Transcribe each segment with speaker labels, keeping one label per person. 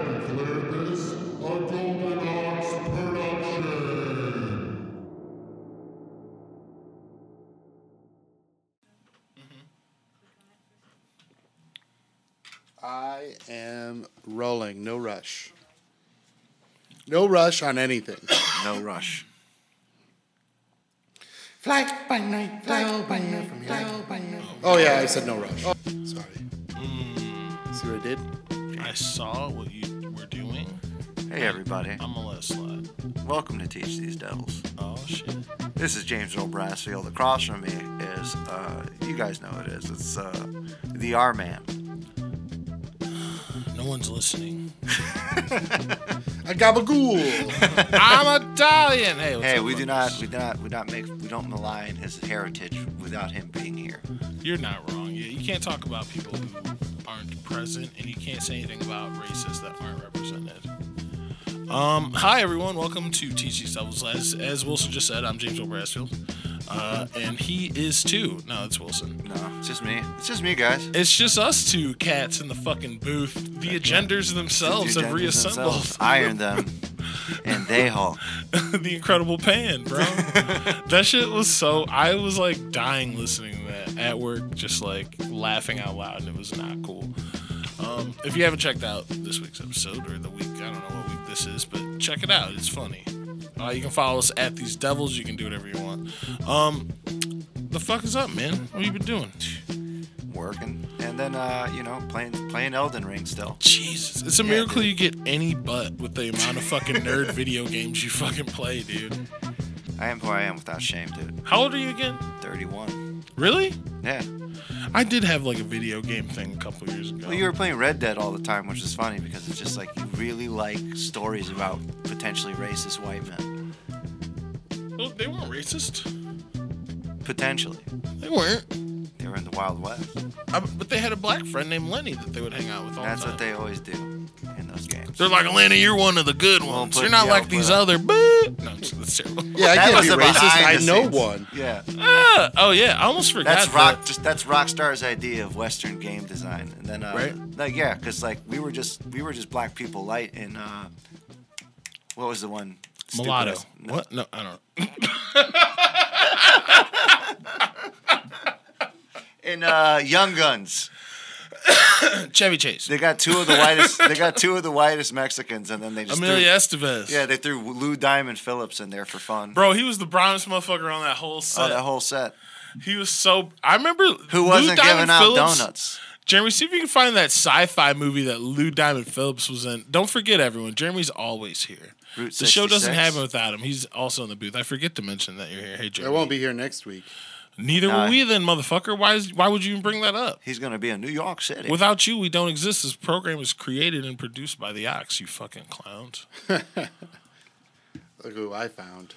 Speaker 1: Flatus, a Golden Ox production. I am rolling, no rush. No rush on anything.
Speaker 2: No rush.
Speaker 1: Fly by night, fly by night, fly by night. Oh yeah, I said no rush. Oh, sorry. Mm. See what I did?
Speaker 3: I saw what you were doing.
Speaker 2: Hey, everybody.
Speaker 3: I'm gonna let it slide.
Speaker 2: Welcome to Teach These Devils.
Speaker 3: Oh shit.
Speaker 2: This is James Earl Brassfield. Across from me is, uh, you guys know who it is. It's uh, the R Man.
Speaker 3: No one's listening.
Speaker 1: A gabagool.
Speaker 3: I'm Italian. Hey, what's
Speaker 2: Hey,
Speaker 3: up,
Speaker 2: we do not,
Speaker 3: brothers?
Speaker 2: we do not, we do not make, we don't malign his heritage without him being here.
Speaker 3: You're not wrong. Yeah, you can't talk about people who aren't present, and you can't say anything about races that aren't represented. Um, hi everyone, welcome to Teach These Devils. As as Wilson just said, I'm James Will Brassfield, uh, and he is too. No, it's Wilson.
Speaker 2: No, it's just me. It's just me, guys.
Speaker 3: It's just us two cats in the fucking booth. The agenders themselves
Speaker 2: The
Speaker 3: have
Speaker 2: agendas
Speaker 3: reassembled.
Speaker 2: themselves Iron them, and they haul.
Speaker 3: the Incredible Pan, bro. that shit was so. I was like dying listening to that at work, just like laughing out loud, and it was not cool. Um, if you haven't checked out this week's episode or the week, I don't know what week this is, but check it out. It's funny. Uh, you can follow us at These Devils. You can do whatever you want. Um, the fuck is up, man? What you been doing?
Speaker 2: working, and then uh, you know, playing playing Elden Ring still.
Speaker 3: Jesus, it's a
Speaker 2: Yeah,
Speaker 3: miracle
Speaker 2: dude.
Speaker 3: you get any butt with the amount of fucking nerd video games you fucking play, dude.
Speaker 2: I am who I am without shame, dude.
Speaker 3: How old are you again?
Speaker 2: 31.
Speaker 3: Really?
Speaker 2: Yeah.
Speaker 3: I did have like a video game thing a couple years ago.
Speaker 2: Well, you were playing Red Dead all the time, which is funny because it's just like you really like stories about potentially racist white men.
Speaker 3: Well, Oh, they weren't racist.
Speaker 2: Potentially,
Speaker 3: They weren't.
Speaker 2: they were in the Wild West.
Speaker 3: I, but they had a black friend named Lenny that they would hang out with all
Speaker 2: That's
Speaker 3: the
Speaker 2: what
Speaker 3: time.
Speaker 2: they always do in those games.
Speaker 3: They're like, Lenny, you're one of the good
Speaker 2: Well,
Speaker 3: ones.
Speaker 2: put-
Speaker 3: you're not
Speaker 2: yeah,
Speaker 3: like these
Speaker 2: but-
Speaker 3: other. Boo. No, that's terrible.
Speaker 1: Yeah, I
Speaker 2: That
Speaker 1: can't
Speaker 2: was
Speaker 1: be
Speaker 2: the
Speaker 1: racist. I
Speaker 2: behind the
Speaker 1: know
Speaker 2: scenes.
Speaker 1: one.
Speaker 2: Yeah,
Speaker 3: Ah, oh yeah, I almost forgot.
Speaker 2: that's rock.
Speaker 3: that.
Speaker 2: Just that's Rockstar's idea of Western game design, and then uh,
Speaker 3: Right.
Speaker 2: like yeah, because like we were just we were just black people light in uh, what was the one stupid
Speaker 3: Mulatto.
Speaker 2: West-
Speaker 3: What? No, I don't.
Speaker 2: in uh, Young Guns.
Speaker 3: Chevy Chase.
Speaker 2: They got two of the whitest. they got two of the whitest Mexicans, and then they just
Speaker 3: Amelia Estevez.
Speaker 2: threw, yeah they threw Lou Diamond Phillips in there for fun.
Speaker 3: Bro, he was the brownest motherfucker on that whole
Speaker 2: Oh,
Speaker 3: set.
Speaker 2: that whole set.
Speaker 3: He was so. I remember
Speaker 2: Who
Speaker 3: Lou
Speaker 2: wasn't
Speaker 3: Diamond
Speaker 2: giving out
Speaker 3: Phillips-
Speaker 2: donuts?
Speaker 3: Jeremy, see if you can find that sci-fi movie that Lou Diamond Phillips was in. Don't forget, everyone. Jeremy's always here.
Speaker 2: Route
Speaker 3: the show doesn't
Speaker 2: 66.
Speaker 3: happen without him. He's also in the booth. I forget to mention that you're here. Hey, Jeremy.
Speaker 1: I won't be here next week.
Speaker 3: Neither
Speaker 2: Nah.
Speaker 3: will we, then, motherfucker. Why? Is, why would you even bring that up?
Speaker 2: He's gonna be in New York City.
Speaker 3: Without you, we don't exist. This program is created and produced by the Ox. You fucking clowns.
Speaker 1: Look who I found.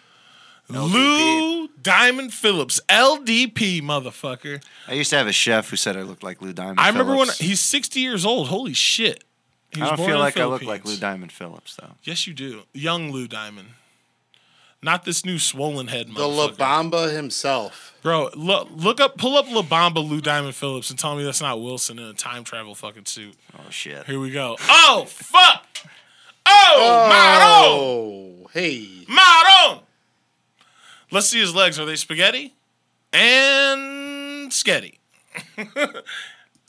Speaker 3: Lou Diamond Phillips, LDP, motherfucker.
Speaker 2: I used to have a chef who said I looked like Lou Diamond.
Speaker 3: I remember when
Speaker 2: Phillips.
Speaker 3: he's 60 years old. Holy shit. He was
Speaker 2: I don't
Speaker 3: born in
Speaker 2: feel
Speaker 3: the
Speaker 2: like I look like
Speaker 3: Philippines.
Speaker 2: Lou Diamond Phillips though.
Speaker 3: Yes, you do. Young Lou Diamond. Not this new swollen head
Speaker 1: The La
Speaker 3: motherfucker.
Speaker 1: Bamba himself.
Speaker 3: Bro, look, look up, pull up La Bamba Lou Diamond Phillips and tell me that's not Wilson in a time travel fucking suit.
Speaker 2: Oh shit.
Speaker 3: Here we go. Oh, fuck! Oh,
Speaker 1: Oh, hey.
Speaker 3: Maron! Maron! Let's see his legs. Are they spaghetti? And sketty.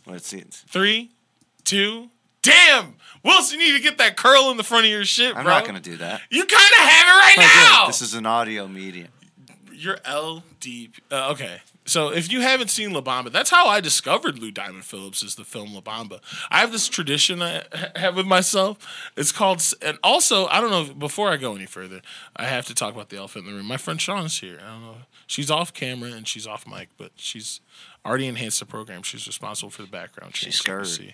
Speaker 2: Let's see. It's-
Speaker 3: Three, two, damn! Wilson, you need to get that curl in the front of your shit,
Speaker 2: I'm
Speaker 3: bro.
Speaker 2: not gonna do that.
Speaker 3: You kind of have it right
Speaker 2: Again,
Speaker 3: now!
Speaker 2: This is an audio medium.
Speaker 3: You're LD. Uh, okay. So if you haven't seen La Bamba, that's how I discovered Lou Diamond Phillips is the film La Bamba. I have this tradition I ha- have with myself. It's called, and also I don't know. Before I go any further, I have to talk about the elephant in the room. My friend Sean is here. I don't know. She's off camera and she's off mic, but she's already enhanced the program. She's responsible for the background. change
Speaker 2: She's
Speaker 3: that you see.
Speaker 2: scared.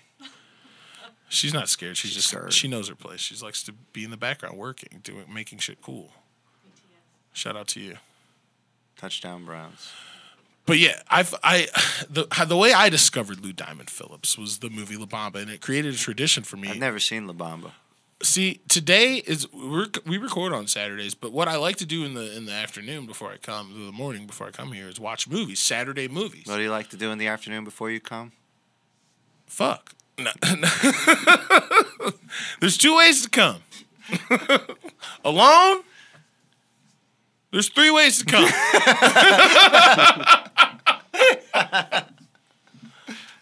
Speaker 3: She's not scared. She's, just
Speaker 2: scared.
Speaker 3: she knows her place. She likes to be in the background, working, doing, making shit cool. Shout out to you.
Speaker 2: Touchdown Browns.
Speaker 3: But yeah, I've I the how- the way I discovered Lou Diamond Phillips was the movie La Bamba, and it created a tradition for me.
Speaker 2: I've never seen La Bamba.
Speaker 3: See, today is we're, we record on Saturdays, but what I like to do in the in the afternoon before I come, the morning before I come here, is watch movies, Saturday movies.
Speaker 2: What do you like to do in the afternoon before you come?
Speaker 3: Fuck. No, There's two ways to come. Alone. There's three ways to come.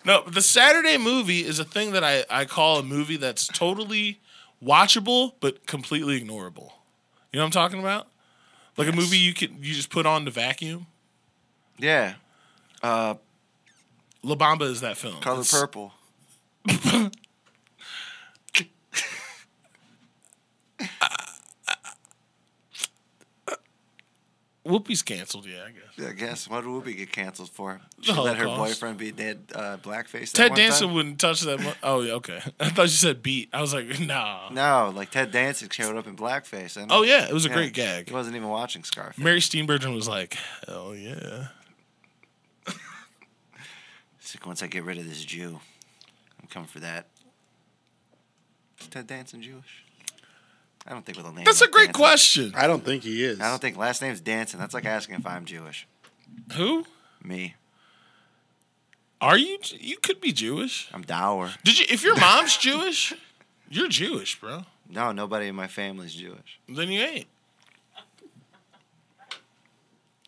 Speaker 3: no, the Saturday movie is a thing that I, I call a movie that's totally watchable but completely ignorable. You know what I'm talking about? Like a movie you can you just put on to vacuum.
Speaker 2: Yeah.
Speaker 3: La Bamba is that film.
Speaker 2: Color
Speaker 3: It's-
Speaker 2: purple.
Speaker 3: Whoopi's canceled. Yeah, I guess.
Speaker 2: Yeah, I guess. What did Whoopi get canceled for? She
Speaker 3: The
Speaker 2: let her
Speaker 3: Holocaust.
Speaker 2: boyfriend be dead uh, blackface. that
Speaker 3: Ted
Speaker 2: one
Speaker 3: Danson
Speaker 2: time?
Speaker 3: wouldn't touch that. Mu- oh, yeah, okay. I thought you said beat. I was like, nah.
Speaker 2: No, like Ted Danson showed up in blackface. And
Speaker 3: Oh yeah, it was a great gag.
Speaker 2: He wasn't even watching Scarf.
Speaker 3: Mary Steenburgen was like, hell yeah.
Speaker 2: It's like, once I get rid of this Jew, I'm coming for that. Is Ted Danson Jewish? I don't think with a name.
Speaker 3: That's a
Speaker 2: like
Speaker 3: great
Speaker 2: Danson-
Speaker 3: question.
Speaker 1: I don't think he is.
Speaker 2: I don't think last name's Danson. That's like asking if I'm Jewish.
Speaker 3: Who
Speaker 2: Me,
Speaker 3: are you? You could be Jewish.
Speaker 2: I'm dour.
Speaker 3: Did you? If your mom's Jewish, you're Jewish, bro.
Speaker 2: No, nobody in my family's Jewish.
Speaker 3: Then you ain't.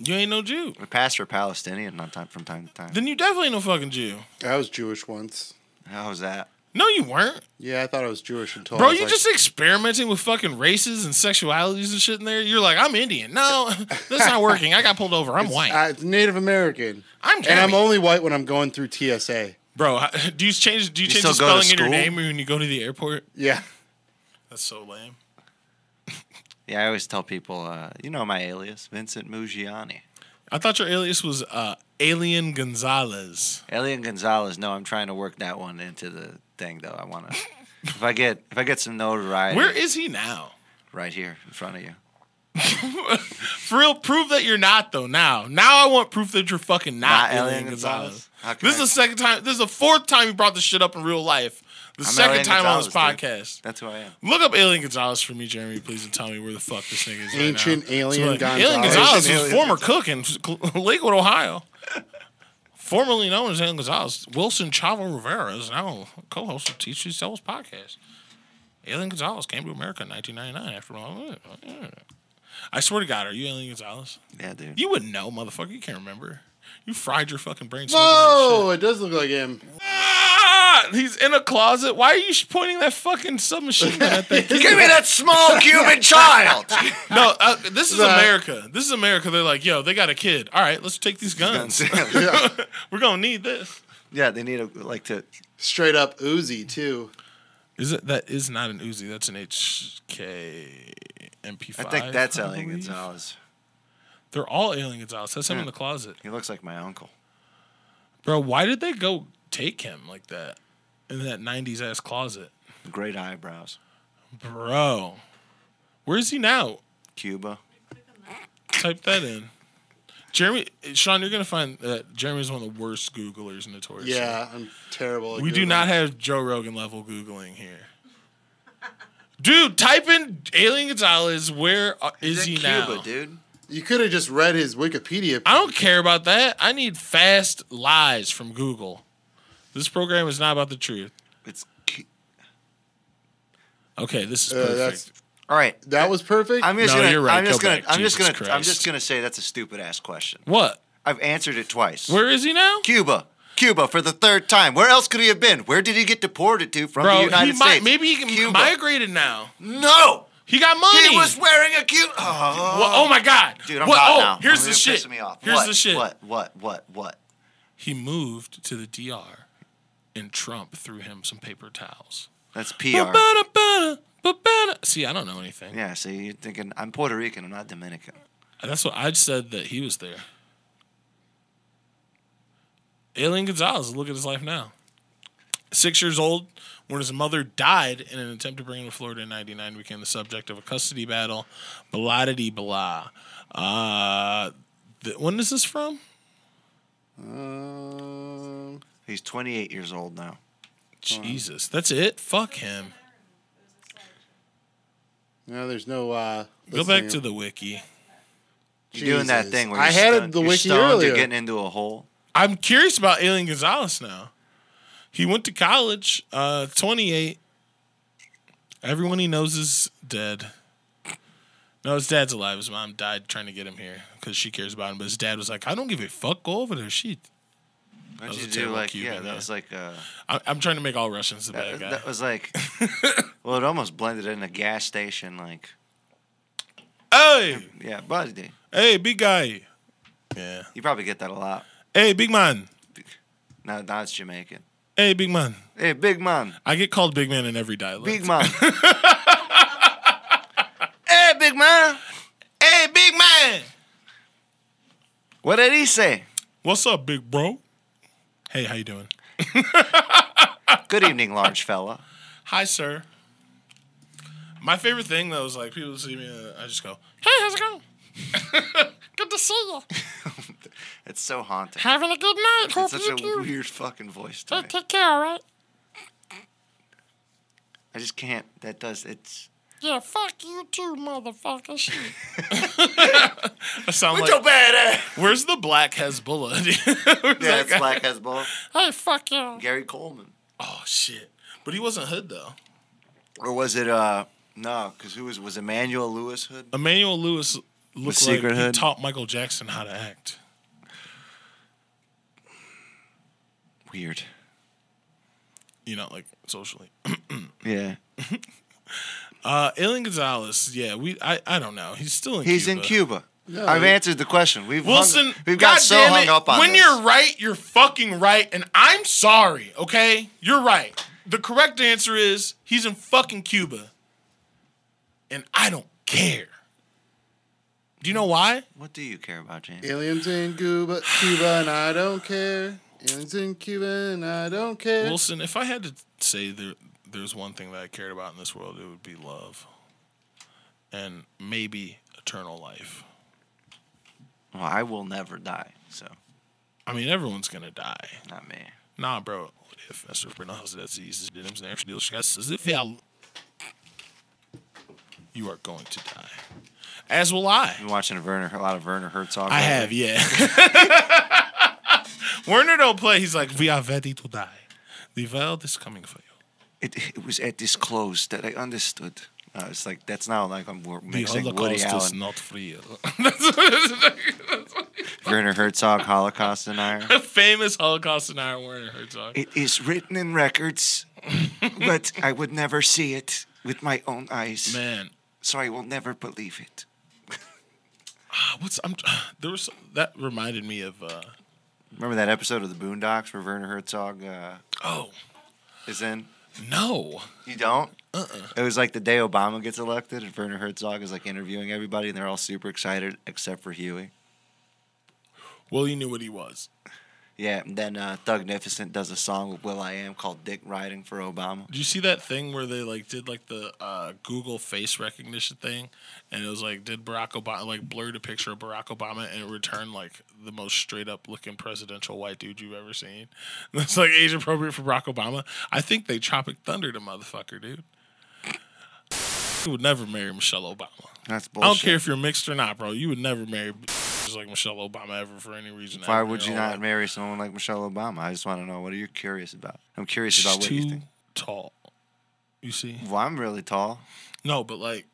Speaker 3: You ain't no Jew.
Speaker 2: My pastor Palestinian on time, from time to time.
Speaker 3: Then you definitely ain't no fucking Jew.
Speaker 1: I was Jewish once.
Speaker 2: How's that?
Speaker 3: No, you weren't,
Speaker 1: Yeah, I thought I was Jewish until I
Speaker 3: bro.
Speaker 1: was
Speaker 3: You
Speaker 1: like,
Speaker 3: just experimenting with fucking races and sexualities and shit in there. You're like, I'm Indian. No, that's not working. I got pulled over. I'm white.
Speaker 1: I, Uh, Native American.
Speaker 3: I'm
Speaker 1: and I'm
Speaker 3: Jeremy.
Speaker 1: only white when I'm going through TSA.
Speaker 3: Bro, h- do you change? Do you,
Speaker 2: You
Speaker 3: change the
Speaker 2: still go to
Speaker 3: spelling in your
Speaker 2: school?
Speaker 3: name when you go to the airport?
Speaker 1: Yeah.
Speaker 3: That's so lame.
Speaker 2: Yeah, I always tell people, uh, you know my alias, Vincent Mugiani.
Speaker 3: I thought your alias was uh, Alien Gonzalez.
Speaker 2: Elian Gonzalez. No, I'm trying to work that one into the thing though. I want to. if I get if I get some notoriety,
Speaker 3: Where is he now?
Speaker 2: right here in front of you.
Speaker 3: For real, prove that you're not though. Now, now I want proof that you're fucking not,
Speaker 2: Not
Speaker 3: Alien
Speaker 2: Alien
Speaker 3: Gonzalez.
Speaker 2: Gonzalez? How can
Speaker 3: This is
Speaker 2: I-
Speaker 3: the second time. This is the fourth time you brought this shit up in real life. The
Speaker 2: I'm
Speaker 3: second
Speaker 2: Elian
Speaker 3: time on
Speaker 2: Gonzalez,
Speaker 3: this podcast.
Speaker 2: That's who I am.
Speaker 3: Look up Alien Gonzalez for me, Jeremy, please, and tell me where the fuck this nigga is. right
Speaker 1: Ancient
Speaker 3: now.
Speaker 1: Alien
Speaker 3: Alien
Speaker 1: Gonzalez.
Speaker 3: Gonzalez was
Speaker 2: Ancient
Speaker 3: former
Speaker 2: Alien
Speaker 3: cook in Lakewood, Ohio. Formerly known as Alien Gonzalez, Wilson Chavo Rivera is now co host of Teach Yourselves podcast. Alien Gonzalez came to America in 1999 after all. Oh, I swear to God, are you Alien Gonzalez?
Speaker 2: Yeah, dude.
Speaker 3: You wouldn't know, motherfucker. You can't remember. You fried your fucking brain. smoking that shit.
Speaker 1: Whoa, Oh, it does look like him.
Speaker 3: Ah, he's in a closet. Why are you sh- pointing that fucking submachine gun at that kid?
Speaker 2: Give me that small Cuban child.
Speaker 3: No, uh, this is
Speaker 1: The-
Speaker 3: America. This is America. They're like, yo, they got a kid. All right, let's take these guns. We're gonna need this.
Speaker 2: yeah, they need a like to.
Speaker 1: Straight up Uzi, too.
Speaker 3: Is it that is not an Uzi? That's an HK MP5.
Speaker 2: I think that's
Speaker 3: I
Speaker 2: Elian
Speaker 3: believe.
Speaker 2: Gonzalez.
Speaker 3: They're all alien Gonzalez. That's him in the closet,
Speaker 2: He looks like my uncle.
Speaker 3: bro. Why did they go take him like that in that '90s ass closet,
Speaker 2: Great eyebrows.
Speaker 3: bro? Where is he now?
Speaker 2: Cuba.
Speaker 3: Type that in. Jeremy, Sean, you're gonna find that Jeremy's one of the worst Googlers notoriously.
Speaker 1: Yeah, I'm terrible. At
Speaker 3: We do
Speaker 1: Googling.
Speaker 3: not have Joe Rogan level Googling here. Dude, type in Alien Gonzalez. Where are- is
Speaker 2: He's
Speaker 3: he
Speaker 2: in
Speaker 3: now?
Speaker 2: Cuba, dude?
Speaker 1: You could have just read his Wikipedia.
Speaker 3: I don't care about that. I need fast lies from Google. This program is not about the truth.
Speaker 2: It's. Cu-
Speaker 3: Okay, this is
Speaker 1: Uh, that's-
Speaker 3: perfect.
Speaker 2: All right.
Speaker 1: That was perfect.
Speaker 2: I'm just
Speaker 3: No,
Speaker 2: gonna.
Speaker 3: you're right.
Speaker 2: I'm just
Speaker 3: Go
Speaker 2: gonna.
Speaker 3: back.
Speaker 2: I'm just
Speaker 3: Jesus
Speaker 2: gonna. I'm
Speaker 3: Christ.
Speaker 2: just gonna say that's a stupid ass question.
Speaker 3: what?
Speaker 2: I've answered it twice.
Speaker 3: Where is he now?
Speaker 2: Cuba. Cuba for the third time. Where else could he have been? Where did he get deported to from the
Speaker 3: Bro,
Speaker 2: United
Speaker 3: he might,
Speaker 2: States?
Speaker 3: maybe he can
Speaker 2: Cuba.
Speaker 3: migrated now.
Speaker 2: No,
Speaker 3: He got money.
Speaker 2: he was wearing a Cuba. Oh,
Speaker 3: Well, oh my god.
Speaker 2: dude, I'm
Speaker 3: What-
Speaker 2: hot
Speaker 3: oh,
Speaker 2: now.
Speaker 3: Here's
Speaker 2: You're
Speaker 3: the shit.
Speaker 2: pissing Me off.
Speaker 3: Here's
Speaker 2: what,
Speaker 3: the shit.
Speaker 2: What? What? What? What?
Speaker 3: He moved to the DR, and Trump threw him some paper towels.
Speaker 2: That's PR.
Speaker 3: Ba-ba-da-ba-da, ba-ba-da. See, I don't know anything.
Speaker 2: Yeah. So you're thinking I'm Puerto Rican. I'm not Dominican.
Speaker 3: That's what I said that he was there. Alien Gonzalez, look at his life now. Six years old, when his mother died in an attempt to bring him to Florida in '99, became the subject of a custody battle. Blah de blah. Uh, th- when is this from?
Speaker 1: Um,
Speaker 2: He's 28 years old now.
Speaker 3: Jesus, that's it. Fuck him.
Speaker 1: no, there's no. Uh,
Speaker 3: Go back to the wiki.
Speaker 2: You're doing that
Speaker 1: Jesus.
Speaker 2: thing where
Speaker 1: I
Speaker 2: you're
Speaker 1: had
Speaker 2: stoned-
Speaker 1: the
Speaker 2: you're
Speaker 1: wiki
Speaker 2: stoned,
Speaker 1: earlier.
Speaker 2: You're getting into a hole.
Speaker 3: I'm curious about Alien Gonzalez now. He went to college, uh, 28. Everyone he knows is dead. No, his dad's alive. His mom died trying to get him here because she cares about him. But his dad was like, "I don't give a fuck. Go over there. She."
Speaker 2: Why
Speaker 3: was
Speaker 2: don't
Speaker 3: a
Speaker 2: you do
Speaker 3: terrible
Speaker 2: like
Speaker 3: Cuban,
Speaker 2: yeah? That
Speaker 3: yeah.
Speaker 2: was like uh,
Speaker 3: I, I'm trying to make all Russians the bad
Speaker 2: that,
Speaker 3: guy.
Speaker 2: that was like. well, it almost blended in a gas station. Like
Speaker 3: hey,
Speaker 2: yeah, buddy,
Speaker 3: hey, big guy. Yeah.
Speaker 2: you probably get that a lot.
Speaker 3: Hey, big man.
Speaker 2: No, now it's Jamaican.
Speaker 3: Hey, big man.
Speaker 2: Hey, big man,
Speaker 3: I get called big man in every dialect.
Speaker 2: big man. hey, big man,
Speaker 3: Hey, big man.
Speaker 2: what did he say?
Speaker 3: What's up, big bro? Hey, how you doing?
Speaker 2: Good evening, large fella.
Speaker 3: Hi, sir. My favorite thing though is like people see me, uh, I just go, "Hey, how's it going? good to see you.
Speaker 2: It's so haunting.
Speaker 3: Having a good night. Hope
Speaker 2: It's such
Speaker 3: you
Speaker 2: a
Speaker 3: do.
Speaker 2: weird fucking voice to me.
Speaker 4: Take, take care, all right?
Speaker 2: I just can't. That does. It's.
Speaker 4: Yeah, fuck you too, motherfucker. Shit.
Speaker 3: I sound like,
Speaker 2: bad
Speaker 3: where's the black Hezbollah? Where's
Speaker 2: Yeah,
Speaker 3: that
Speaker 2: it's
Speaker 3: guy?
Speaker 2: Black Hezbollah.
Speaker 4: Hey, fuck you.
Speaker 2: Gary Coleman.
Speaker 3: oh shit! But he wasn't hood though.
Speaker 2: Or was it, uh, no, because who was, was Emmanuel Lewis Hood?
Speaker 3: Emmanuel Lewis looked like
Speaker 2: secret
Speaker 3: he
Speaker 2: hood?
Speaker 3: taught Michael Jackson how to act.
Speaker 2: Weird.
Speaker 3: You know, like socially.
Speaker 2: Yeah.
Speaker 3: Uh, Alien Gonzalez, yeah, we I, I don't know. He's still in
Speaker 2: He's
Speaker 3: Cuba.
Speaker 2: in Cuba.
Speaker 1: No,
Speaker 2: I've
Speaker 1: he-
Speaker 2: answered the question. We've hung-
Speaker 3: Wilson,
Speaker 2: we've
Speaker 3: God
Speaker 2: got so
Speaker 3: damn
Speaker 2: hung
Speaker 3: it,
Speaker 2: up on
Speaker 3: When
Speaker 2: this.
Speaker 3: you're right, you're fucking right, and I'm sorry. Okay, you're right. The correct answer is he's in fucking Cuba, and I don't care. Do you know why?
Speaker 2: What do you care about, James?
Speaker 1: Aliens in Cuba, Cuba, and I don't care. Aliens in Cuba, and I don't care.
Speaker 3: Wilson, if I had to say there, there's one thing that I cared about in this world, it would be love, and maybe eternal life.
Speaker 2: Well, I will never die, so
Speaker 3: I mean, everyone's gonna die.
Speaker 2: not me.
Speaker 3: Nah, bro. What if Mr. Pronounce that disease did him snatch deal stress as if hell? You are going to die. As will I.
Speaker 2: Been watching a Werner, a lot of Werner Herzog.
Speaker 3: I
Speaker 2: lately.
Speaker 3: have, yeah. Werner don't play. He's like, we are ready to die. The world is coming for you.
Speaker 2: It, it was at this close that I understood. Uh, it's like that's now like I'm wor-
Speaker 3: The
Speaker 2: mixing Woody
Speaker 3: Holocaust is
Speaker 2: Allen,
Speaker 3: not real.
Speaker 2: Werner Herzog, Holocaust denier.
Speaker 3: the famous Holocaust denier Werner Herzog.
Speaker 2: It is written in records, but I would never see it with my own eyes,
Speaker 3: Man,
Speaker 2: so I will never believe it.
Speaker 3: ah, what's I'm there was that reminded me of uh
Speaker 2: Remember that episode of The Boondocks where Werner Herzog uh,
Speaker 3: oh
Speaker 2: is in?
Speaker 3: no.
Speaker 2: You don't? Uh-uh. It was like the day Obama gets elected, and Werner Herzog is like interviewing everybody, and they're all super excited except for Huey.
Speaker 3: Well, you knew what he was.
Speaker 2: Yeah, and then uh, Thug Nificent does a song with Will I Am called "Dick Riding for Obama."
Speaker 3: Did you see that thing where they like did like the uh, Google face recognition thing, and it was like did Barack Obama like blurred a picture of Barack Obama and it returned like the most straight up looking presidential white dude you've ever seen? That's like age appropriate for Barack Obama. I think they Tropic thundered a motherfucker, dude. You would never marry Michelle Obama.
Speaker 2: That's
Speaker 3: I
Speaker 2: bullshit.
Speaker 3: don't care if you're mixed or not, bro. You would never marry just like Michelle Obama ever for any reason.
Speaker 2: Why
Speaker 3: ever in
Speaker 2: would you
Speaker 3: your
Speaker 2: not
Speaker 3: life.
Speaker 2: marry someone like Michelle Obama? I just want to know what are you curious about. I'm curious
Speaker 3: She's
Speaker 2: about what you
Speaker 3: too
Speaker 2: think.
Speaker 3: tall. You see?
Speaker 2: Well, I'm really tall.
Speaker 3: No, but like.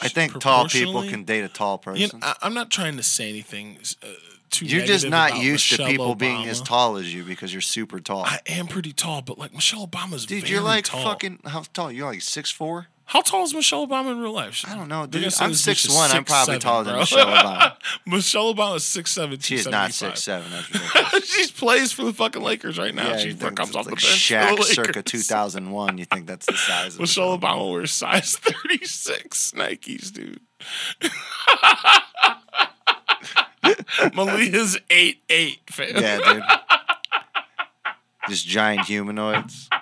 Speaker 2: I think tall people
Speaker 3: proportionally-
Speaker 2: can date a tall
Speaker 3: You
Speaker 2: person.
Speaker 3: know, I, I'm not trying to say anything uh, too.
Speaker 2: You're just
Speaker 3: negative
Speaker 2: not
Speaker 3: about
Speaker 2: used
Speaker 3: Michelle
Speaker 2: to people being
Speaker 3: Obama.
Speaker 2: as tall as you because you're super tall.
Speaker 3: I am pretty tall, but like Michelle Obama's
Speaker 2: dude,
Speaker 3: very
Speaker 2: you're like
Speaker 3: tall.
Speaker 2: fucking how tall? You're like six four.
Speaker 3: How tall is Michelle Obama in real life?
Speaker 2: I don't know,
Speaker 3: They're gonna
Speaker 2: dude.
Speaker 3: say
Speaker 2: I'm
Speaker 3: this bitch is
Speaker 2: six one. I'm probably
Speaker 3: 6'7",,
Speaker 2: taller than
Speaker 3: bro.
Speaker 2: Michelle Obama.
Speaker 3: Michelle Obama is six seven.
Speaker 2: She is not six seven. That's ridiculous.
Speaker 3: she plays for the fucking Lakers right now.
Speaker 2: Yeah,
Speaker 3: she
Speaker 2: you think
Speaker 3: fucking comes
Speaker 2: it's
Speaker 3: off the
Speaker 2: like
Speaker 3: bench. for the
Speaker 2: Shaq
Speaker 3: Lakers.
Speaker 2: circa 2001. You think that's the size of
Speaker 3: Michelle Obama wears size thirty six Nikes, dude. Malia's eight eight, fam.
Speaker 2: Yeah, dude. Just giant humanoids.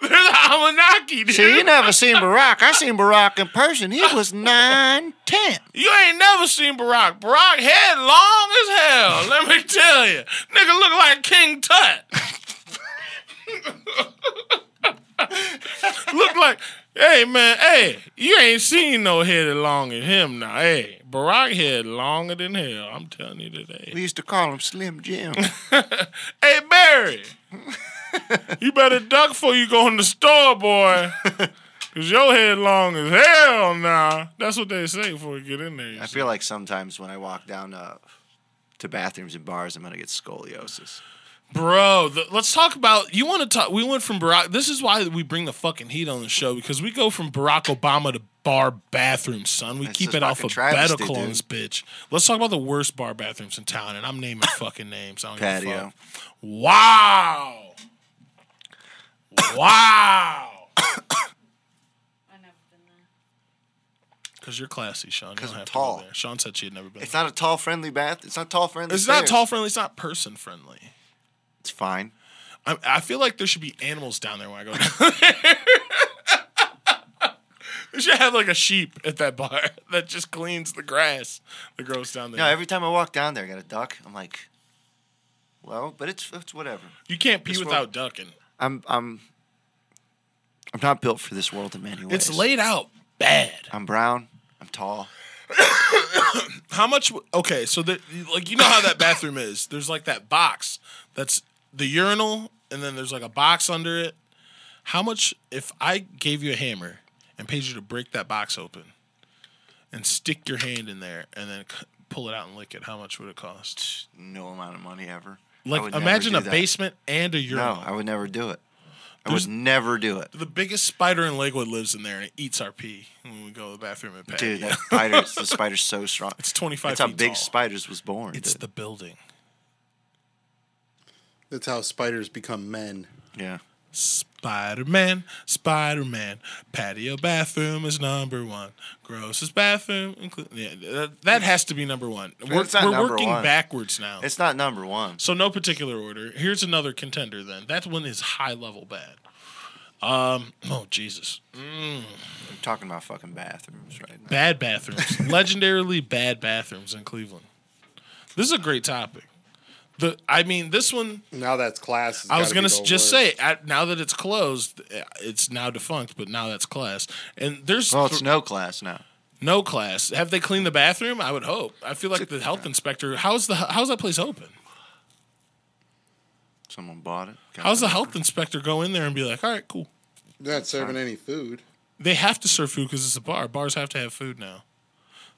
Speaker 3: They're the Anunnaki, dude.
Speaker 2: See, you never seen Barack. I seen Barack in person. He was nine ten.
Speaker 3: You ain't never seen Barack. Barack head long as hell. Let me tell you, nigga look like King Tut. look like, hey man, hey, you ain't seen no head as long as him now. Hey, Barack head longer than hell. I'm telling you today.
Speaker 2: We used to call him Slim Jim.
Speaker 3: Hey Barry, You better duck before you go in the store, boy. Cause your head long as hell now. That's what they say before you get in there. you
Speaker 2: I
Speaker 3: see.
Speaker 2: feel like sometimes when I walk down uh, to bathrooms and bars, I'm gonna get scoliosis.
Speaker 3: Bro, the, let's talk about. You want to talk? We went from Barack. This is why we bring the fucking heat on the show because we go from Barack Obama to bar bathrooms, son. We
Speaker 2: That's
Speaker 3: keep
Speaker 2: just
Speaker 3: it
Speaker 2: fucking travesty,
Speaker 3: alphabetical on
Speaker 2: dude.
Speaker 3: this bitch. Let's talk about the worst bar bathrooms in town, and I'm naming fucking names. I don't give a
Speaker 2: Patio.
Speaker 3: fuck. Wow. wow.
Speaker 5: I've never been there.
Speaker 3: Because you're classy, Sean. You don't
Speaker 2: I'm
Speaker 3: have
Speaker 2: tall.
Speaker 3: To go there. Sean said she had never been.
Speaker 2: It's
Speaker 3: there.
Speaker 2: not a tall friendly bath. It's not tall friendly.
Speaker 3: it's not
Speaker 2: stairs.
Speaker 3: tall friendly. It's not person friendly.
Speaker 2: It's fine.
Speaker 3: I, I feel like there should be animals down there when I go down there. we should have like a sheep at that bar that just cleans the grass that grows down there.
Speaker 2: No, every time I walk down there, I got a duck. I'm like, well, but it's it's whatever.
Speaker 3: you can't pee
Speaker 2: this
Speaker 3: without
Speaker 2: world-
Speaker 3: ducking.
Speaker 2: I'm I'm I'm not built for this world in many ways.
Speaker 3: It's laid out bad.
Speaker 2: I'm brown. I'm tall.
Speaker 3: How much? Okay, so the, like you know how that bathroom is. There's like that box that's the urinal, and then there's like a box under it. How much if I gave you a hammer and paid you to break that box open and stick your hand in there and then c- pull it out and lick it? How much would it cost?
Speaker 2: No amount of money ever. I would
Speaker 3: Like
Speaker 2: never
Speaker 3: imagine
Speaker 2: do
Speaker 3: a
Speaker 2: that.
Speaker 3: basement and a urinal.
Speaker 2: No, I would never do it. I
Speaker 3: There's-
Speaker 2: would never do it.
Speaker 3: the biggest spider in Lakewood lives in there and it eats our pee when we go to the bathroom and patio.
Speaker 2: Dude, that spider's the spider's so strong.
Speaker 3: It's 25
Speaker 2: That's how
Speaker 3: feet
Speaker 2: big
Speaker 3: tall.
Speaker 2: spiders was born.
Speaker 3: it's
Speaker 2: dude.
Speaker 3: the building.
Speaker 1: That's how spiders become men.
Speaker 2: yeah.
Speaker 3: Spider Man, Spider Man, patio bathroom is number one. Grossest bathroom, inclu- yeah, that, that has to be number one. We're,
Speaker 2: It's not
Speaker 3: we're
Speaker 2: number
Speaker 3: working
Speaker 2: one.
Speaker 3: backwards now.
Speaker 2: It's not number one.
Speaker 3: so no particular order. Here's another contender. Then that one is high level bad. Um. Oh Jesus.
Speaker 2: I'm talking about fucking bathrooms right now.
Speaker 3: Bad bathrooms. Legendarily bad bathrooms in Cleveland. This is a great topic. The I mean this one.
Speaker 1: Now that's class. has
Speaker 3: I
Speaker 1: gotta
Speaker 3: was gonna
Speaker 1: be
Speaker 3: s-
Speaker 1: the
Speaker 3: just
Speaker 1: worst.
Speaker 3: say I, now that it's closed, uh, it's now defunct. But now that's class, and there's
Speaker 2: Well,
Speaker 3: th-
Speaker 2: it's no class now.
Speaker 3: No class. Have they cleaned the bathroom? I would hope. I feel like the health inspector. How's the how's that place open?
Speaker 2: Someone bought it. got
Speaker 3: How's the
Speaker 2: it.
Speaker 3: health inspector go in there and be like, all right, cool.
Speaker 1: They're not serving any food.
Speaker 3: They have to serve food because it's a bar. Bars have to have food now.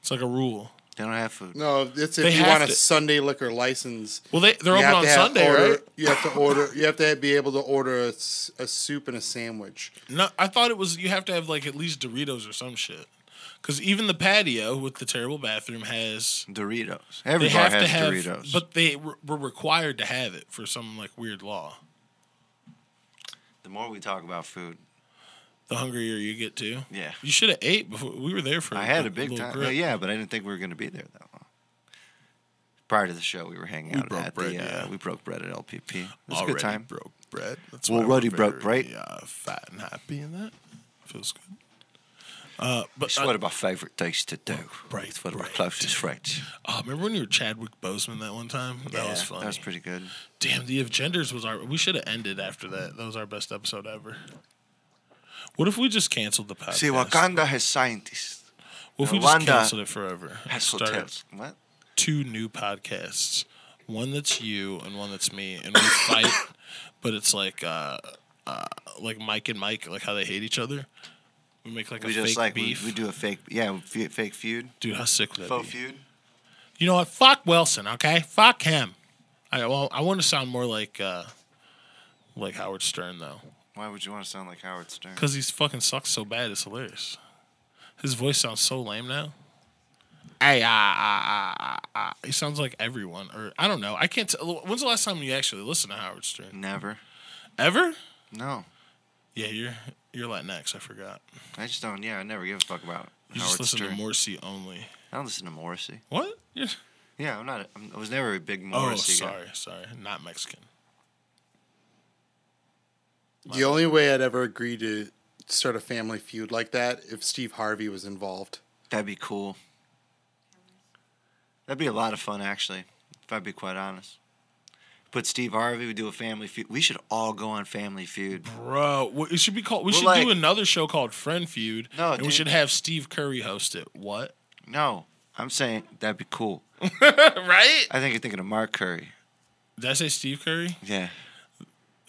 Speaker 3: It's like a rule.
Speaker 2: They don't have food.
Speaker 1: No, it's if
Speaker 3: They
Speaker 1: you want
Speaker 3: have
Speaker 1: a
Speaker 3: to-
Speaker 1: Sunday liquor license.
Speaker 3: Well, they they're
Speaker 1: you
Speaker 3: open
Speaker 1: have
Speaker 3: on
Speaker 1: to have
Speaker 3: Sunday,
Speaker 1: order,
Speaker 3: right?
Speaker 1: You have to order. You have to be able to order a, s- a soup and a sandwich.
Speaker 3: No, I thought it was you have to have like at least Doritos or some shit. Because even the patio with the terrible bathroom has
Speaker 2: Doritos. Every
Speaker 3: they
Speaker 2: bar
Speaker 3: have to
Speaker 2: has
Speaker 3: have,
Speaker 2: Doritos.
Speaker 3: but they were were required to have it for some like weird law.
Speaker 2: the more we talk about food,
Speaker 3: The hungrier you get to,
Speaker 2: Yeah.
Speaker 3: you should have ate before we were there for.
Speaker 2: I had a
Speaker 3: little-
Speaker 2: big
Speaker 3: little
Speaker 2: time.
Speaker 3: grip.
Speaker 2: Yeah, but I didn't think we were going to be there that long. Prior to the show, we were hanging out
Speaker 3: broke
Speaker 2: at
Speaker 3: bread,
Speaker 2: the. Uh,
Speaker 3: yeah.
Speaker 2: We broke bread at LPP. It was
Speaker 3: already
Speaker 2: a good time.
Speaker 3: broke bread. That's
Speaker 2: Well,
Speaker 3: why we're
Speaker 2: already broke
Speaker 3: very,
Speaker 2: bread.
Speaker 3: Uh, fat and happy in that feels good. Uh, but
Speaker 2: It's
Speaker 3: uh,
Speaker 2: one of my favorite things to do.
Speaker 3: Break
Speaker 2: It's one of my
Speaker 3: bread.
Speaker 2: closest friends.
Speaker 3: oh, remember when you were Chadwick Boseman that one time? that was
Speaker 2: Yeah,
Speaker 3: fun.
Speaker 2: That was pretty good.
Speaker 3: Damn, the Avengers was our. We should have ended after that. That was our best episode ever. What if we just canceled the podcast?
Speaker 2: See, Wakanda has scientists,
Speaker 3: what if we just
Speaker 2: Rwanda
Speaker 3: canceled it forever? and
Speaker 2: has
Speaker 3: started
Speaker 2: hotels. What?
Speaker 3: two new podcasts. One that's you and one that's me, and we fight, but it's like uh, uh, like Mike and Mike, like how they hate each other. We make like
Speaker 2: We
Speaker 3: a
Speaker 2: just
Speaker 3: fake
Speaker 2: like we,
Speaker 3: beef.
Speaker 2: we do a fake yeah we fe- fake feud
Speaker 3: Dude, how sick would that
Speaker 2: faux
Speaker 3: be?
Speaker 2: feud.
Speaker 3: You know what? Fuck Wilson, okay? Fuck him. I well, I want to sound more like uh, like Howard Stern though,
Speaker 2: Why would you want to sound like Howard Stern?
Speaker 3: because he's fucking sucks so bad. It's hilarious. His voice sounds so lame now. Hey, ah, ah, ah, ah, ah. He sounds like everyone, or I don't know. I can't. tell. When's the last time you actually listened to Howard Stern?
Speaker 2: Never.
Speaker 3: Ever?
Speaker 2: No,
Speaker 3: Yeah, you're you're Latinx. I forgot.
Speaker 2: I just don't. Yeah, I never give a fuck about
Speaker 3: You
Speaker 2: Howard
Speaker 3: just listen
Speaker 2: Stern.
Speaker 3: to Morrissey only.
Speaker 2: I don't listen to Morrissey.
Speaker 3: What? You're-
Speaker 2: Yeah, I'm not. I'm, I was never a big
Speaker 3: oh,
Speaker 2: Morrissey guy.
Speaker 3: sorry, sorry, not Mexican.
Speaker 1: The only way I'd ever agree to start a family feud like that if Steve Harvey was involved.
Speaker 2: That'd be cool. That'd be a lot of fun, actually, if I'd be quite honest. Put Steve Harvey, we do a family feud. We should all go on Family Feud.
Speaker 3: Bro, wh- it should be called. We
Speaker 2: Well,
Speaker 3: should
Speaker 2: like-
Speaker 3: do another show called Friend Feud.
Speaker 2: No,
Speaker 3: and we
Speaker 2: dude.
Speaker 3: should have Steve Curry host it. What?
Speaker 2: No, I'm saying that'd be cool.
Speaker 3: right?
Speaker 2: I think you're thinking of Mark Curry.
Speaker 3: Did I say Steve Curry?
Speaker 2: Yeah.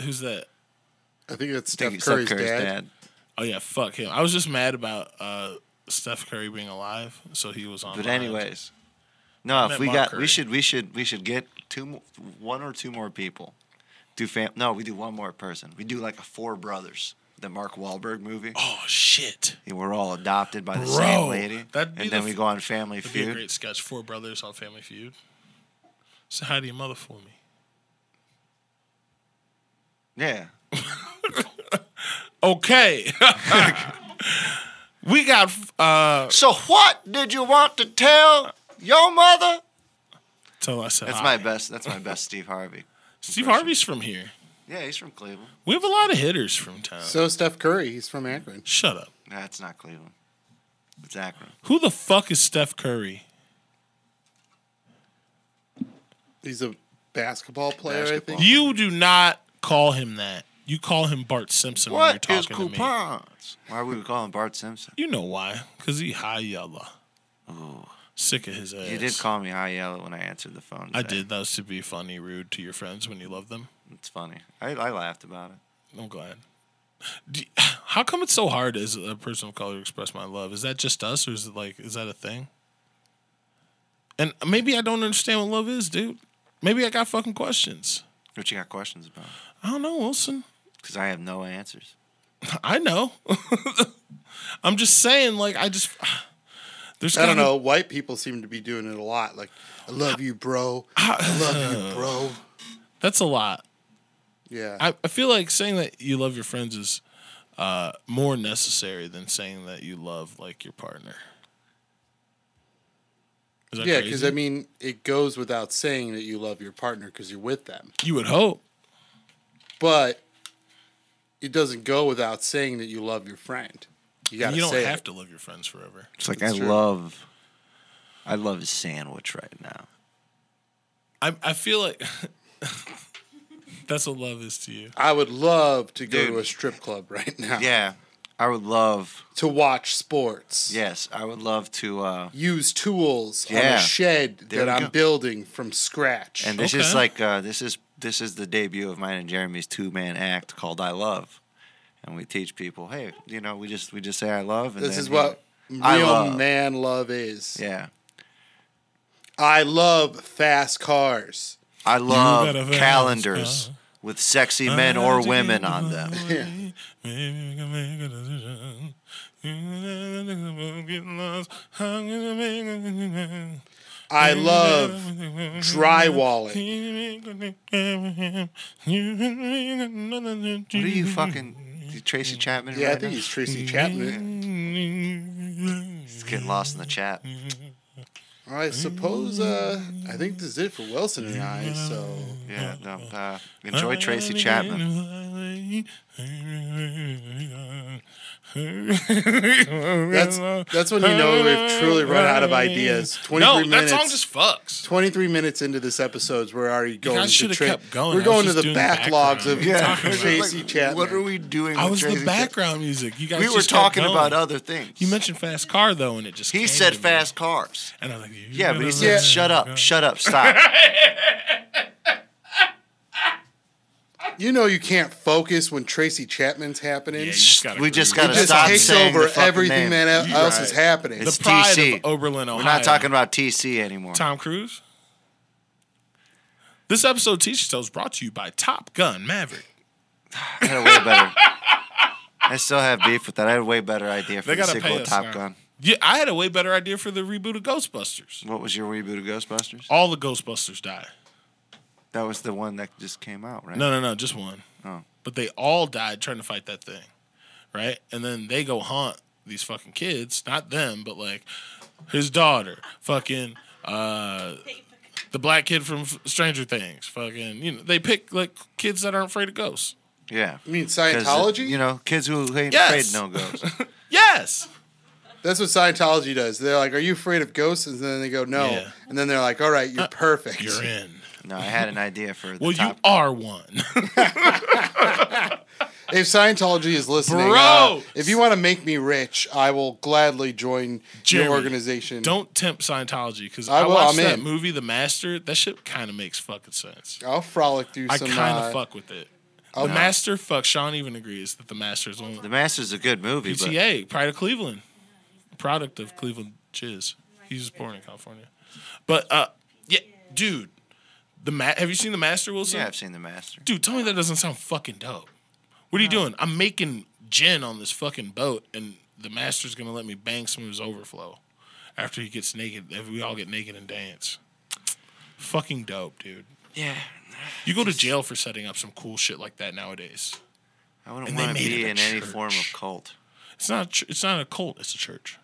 Speaker 3: Who's that?
Speaker 1: I think that's
Speaker 2: Thank
Speaker 1: Steph
Speaker 2: you,
Speaker 1: Curry's, dad.
Speaker 3: Oh yeah, fuck him. I was just mad about uh, Steph Curry being alive, so he was on.
Speaker 2: But anyways, no,
Speaker 3: met
Speaker 2: if we
Speaker 3: Mark
Speaker 2: got,
Speaker 3: Curry.
Speaker 2: we should, we should, we should get two, mo- one or two more people. Do fam? No, we do one more person. We do like a four brothers. The Mark Wahlberg movie.
Speaker 3: oh shit,
Speaker 2: And we're all adopted by the same
Speaker 3: Bro,
Speaker 2: lady.
Speaker 3: that'd be
Speaker 2: and
Speaker 3: the
Speaker 2: then we
Speaker 3: f-
Speaker 2: go on Family
Speaker 3: it'd be a
Speaker 2: Feud.
Speaker 3: great sketch. Four brothers on Family Feud. Say hi to your mother for me.
Speaker 2: Yeah.
Speaker 3: Okay. we got uh
Speaker 2: So what did you want to tell your mother?
Speaker 3: tell us
Speaker 2: That's my best. That's my best Steve Harvey.
Speaker 3: Steve Harvey's from here.
Speaker 2: Yeah, he's from Cleveland.
Speaker 3: We have a lot of hitters from town.
Speaker 1: So Steph Curry, he's from Akron.
Speaker 3: Shut up.
Speaker 2: That's not Cleveland. It's Akron.
Speaker 3: Who the fuck is Steph Curry?
Speaker 1: He's a basketball player, I
Speaker 2: Basketball.
Speaker 1: think.
Speaker 3: You do not call him that. You call him Bart Simpson when
Speaker 2: What
Speaker 3: you're
Speaker 2: is
Speaker 3: talking to me.
Speaker 2: coupons? Why would we call him Bart Simpson?
Speaker 3: You know why? Cause he high yellow. Sick of his ass.
Speaker 2: You did call me high yellow when I answered the phone.
Speaker 3: I
Speaker 2: today.
Speaker 3: did. That was to be funny, rude to your friends when you love them.
Speaker 2: It's funny. I, I laughed about it.
Speaker 3: I'm glad. Do- how come it's so hard as a person of color to express my love? Is that just us, or is it like is that a thing? And maybe I don't understand what love is, dude. Maybe I got fucking questions.
Speaker 2: What you got questions about?
Speaker 3: I don't know, Wilson.
Speaker 2: Because I have no answers.
Speaker 3: I know. I'm just saying, like I just there's
Speaker 1: I don't
Speaker 3: gotta-
Speaker 1: know. White people seem to be doing it a lot. Like, I love you, bro. I love you, bro.
Speaker 3: That's a lot.
Speaker 1: Yeah.
Speaker 3: I, I feel like saying that you love your friends is uh, more necessary than saying that you love like your partner. Is that
Speaker 1: yeah,
Speaker 3: crazy?
Speaker 1: because I mean, it goes without saying that you love your partner because you're with them.
Speaker 3: you would hope.
Speaker 1: But it doesn't go without saying that you love your friend. You got
Speaker 3: You don't
Speaker 1: say
Speaker 3: have
Speaker 1: it.
Speaker 3: to love your friends forever.
Speaker 2: It's like
Speaker 1: That's
Speaker 2: I
Speaker 1: true.
Speaker 2: love, I love his sandwich right now.
Speaker 3: I I feel like that's what love is to you.
Speaker 1: I would love to go
Speaker 2: Dude.
Speaker 1: to a strip club right now.
Speaker 2: Yeah, I would love.
Speaker 1: To watch sports.
Speaker 2: Yes, I would love to. uh
Speaker 1: Use tools on
Speaker 2: Yeah.
Speaker 1: a shed
Speaker 2: There
Speaker 1: that
Speaker 2: we
Speaker 1: I'm
Speaker 2: go.
Speaker 1: building from scratch.
Speaker 2: And this
Speaker 3: Okay.
Speaker 2: is like uh, this is this is the debut of mine and Jeremy's two man act called I Love, and we teach people, hey, you know, we just we just say I love. And
Speaker 1: this
Speaker 2: then
Speaker 1: is
Speaker 2: you-
Speaker 1: what
Speaker 2: I
Speaker 1: real
Speaker 2: love.
Speaker 1: man love is.
Speaker 2: Yeah,
Speaker 1: I love fast cars.
Speaker 2: I
Speaker 3: got a
Speaker 2: love
Speaker 3: vast
Speaker 2: calendars with sexy men or women on them.
Speaker 3: Maybe we can make a decision. We'll get lost. I'm gonna make a decision.
Speaker 1: I love drywalling.
Speaker 2: What
Speaker 3: What
Speaker 2: are you fucking you Tracy Chapman?
Speaker 1: Yeah, I
Speaker 2: right
Speaker 1: think
Speaker 2: now?
Speaker 1: he's Tracy Chapman.
Speaker 2: He's getting lost in the chat.
Speaker 1: I suppose uh, I think this is it for Wilson and I. So
Speaker 2: Yeah, no, uh, enjoy Tracy Chapman.
Speaker 1: that's that's when you know we've truly run out of ideas. Twenty
Speaker 3: No,
Speaker 1: three
Speaker 3: that
Speaker 1: minutes.
Speaker 3: song just fucks.
Speaker 1: Twenty three minutes into this episode, we're already going.
Speaker 3: guys
Speaker 1: to
Speaker 3: should've
Speaker 1: tra-
Speaker 3: kept going. I
Speaker 1: We're
Speaker 3: was
Speaker 1: going to
Speaker 3: just
Speaker 1: the
Speaker 3: doing the
Speaker 1: backlogs of
Speaker 3: background. Yeah.
Speaker 1: Tracy
Speaker 2: Like,
Speaker 1: Chapman.
Speaker 2: What are we doing?
Speaker 3: I
Speaker 2: with
Speaker 3: was
Speaker 2: Tracy
Speaker 3: the
Speaker 2: Chapman?
Speaker 3: background music. You guys
Speaker 2: We were
Speaker 3: just kept
Speaker 2: talking
Speaker 3: going.
Speaker 2: about other things.
Speaker 3: You mentioned fast car though, and it just
Speaker 2: he
Speaker 3: came
Speaker 2: said
Speaker 3: to me.
Speaker 2: fast cars.
Speaker 3: and I was like,
Speaker 2: Yeah, but he said,
Speaker 1: Yeah.
Speaker 2: "Shut up, shut up, stop."
Speaker 1: You know you can't focus when Tracy Chapman's happening.
Speaker 3: Yeah, you
Speaker 1: it
Speaker 3: gotta
Speaker 2: we just
Speaker 3: agree.
Speaker 2: gotta
Speaker 1: just
Speaker 2: stop
Speaker 1: takes
Speaker 2: saying
Speaker 1: over
Speaker 2: the fucking
Speaker 1: everything
Speaker 2: name.
Speaker 1: that
Speaker 3: You're
Speaker 1: else is
Speaker 3: right.
Speaker 1: happening.
Speaker 3: the
Speaker 2: It's
Speaker 3: pride
Speaker 2: TC.
Speaker 3: of Oberlin, Ohio.
Speaker 2: We're not talking about TC anymore.
Speaker 3: Tom Cruise. This episode of Teacher Tales brought to you by Top Gun Maverick.
Speaker 2: I had a way better. I still have beef with that. I had a way better idea for
Speaker 3: They
Speaker 2: the
Speaker 3: gotta
Speaker 2: sequel
Speaker 3: pay
Speaker 2: to
Speaker 3: us
Speaker 2: Top
Speaker 3: now.
Speaker 2: Gun.
Speaker 3: Yeah, I had a way better idea for the reboot of Ghostbusters.
Speaker 2: What was your reboot of Ghostbusters?
Speaker 3: All the Ghostbusters die.
Speaker 2: That was the one that just came out, right?
Speaker 3: No, no, no, just one.
Speaker 2: Oh.
Speaker 3: But they all died trying to fight that thing, right? And then they go haunt these fucking kids, not them, but like his daughter, fucking uh the black kid from F- Stranger Things, fucking you know, they pick like kids that aren't afraid of ghosts.
Speaker 2: Yeah.
Speaker 1: I mean
Speaker 2: 'Cause,
Speaker 1: Scientology.
Speaker 2: You know, kids who ain't
Speaker 3: Yes.
Speaker 2: afraid no ghosts.
Speaker 3: Yes.
Speaker 1: That's what Scientology does. They're like, "Are you afraid of ghosts?" And then they go, "No."
Speaker 3: Yeah. Uh,
Speaker 1: And then they're like, "All right, you're perfect."
Speaker 3: You're in.
Speaker 2: No, I had an idea for the
Speaker 3: Well, you
Speaker 2: Top
Speaker 3: are one.
Speaker 1: If Scientology is listening,
Speaker 3: Bro!
Speaker 1: uh, if you want to make me rich, I will gladly join
Speaker 3: Jeremy,
Speaker 1: your organization.
Speaker 3: Don't tempt Scientology because
Speaker 1: I
Speaker 3: I,
Speaker 1: will,
Speaker 3: watched
Speaker 1: I'm
Speaker 3: that
Speaker 1: in.
Speaker 3: movie, The Master. That shit kind of makes fucking sense.
Speaker 1: I'll frolic through
Speaker 3: I
Speaker 1: some.
Speaker 3: kind of
Speaker 1: uh,
Speaker 3: fuck with it. the Master, fuck, Sean even agrees that The Master is one of
Speaker 2: The
Speaker 3: the
Speaker 2: Master's a good movie, but
Speaker 3: PTA, Pride of Cleveland, product of Cleveland jizz. He was born in California, but uh, yeah, dude, the ma- have you seen The Master Wilson?
Speaker 2: yeah, I've seen The Master.
Speaker 3: Dude, tell me that doesn't sound fucking dope. What are you doing? I'm making gin on this fucking boat, and the master's gonna let me bang some of his overflow after he gets naked. If we all get naked and dance, fucking dope, dude.
Speaker 2: Yeah,
Speaker 3: You go to jail for setting up some cool shit like that nowadays.
Speaker 2: I wouldn't
Speaker 3: And they
Speaker 2: want to
Speaker 3: made
Speaker 2: be
Speaker 3: it a
Speaker 2: in any form of
Speaker 3: church.
Speaker 2: cult.
Speaker 3: It's not. a ch- It's not a cult. It's a church.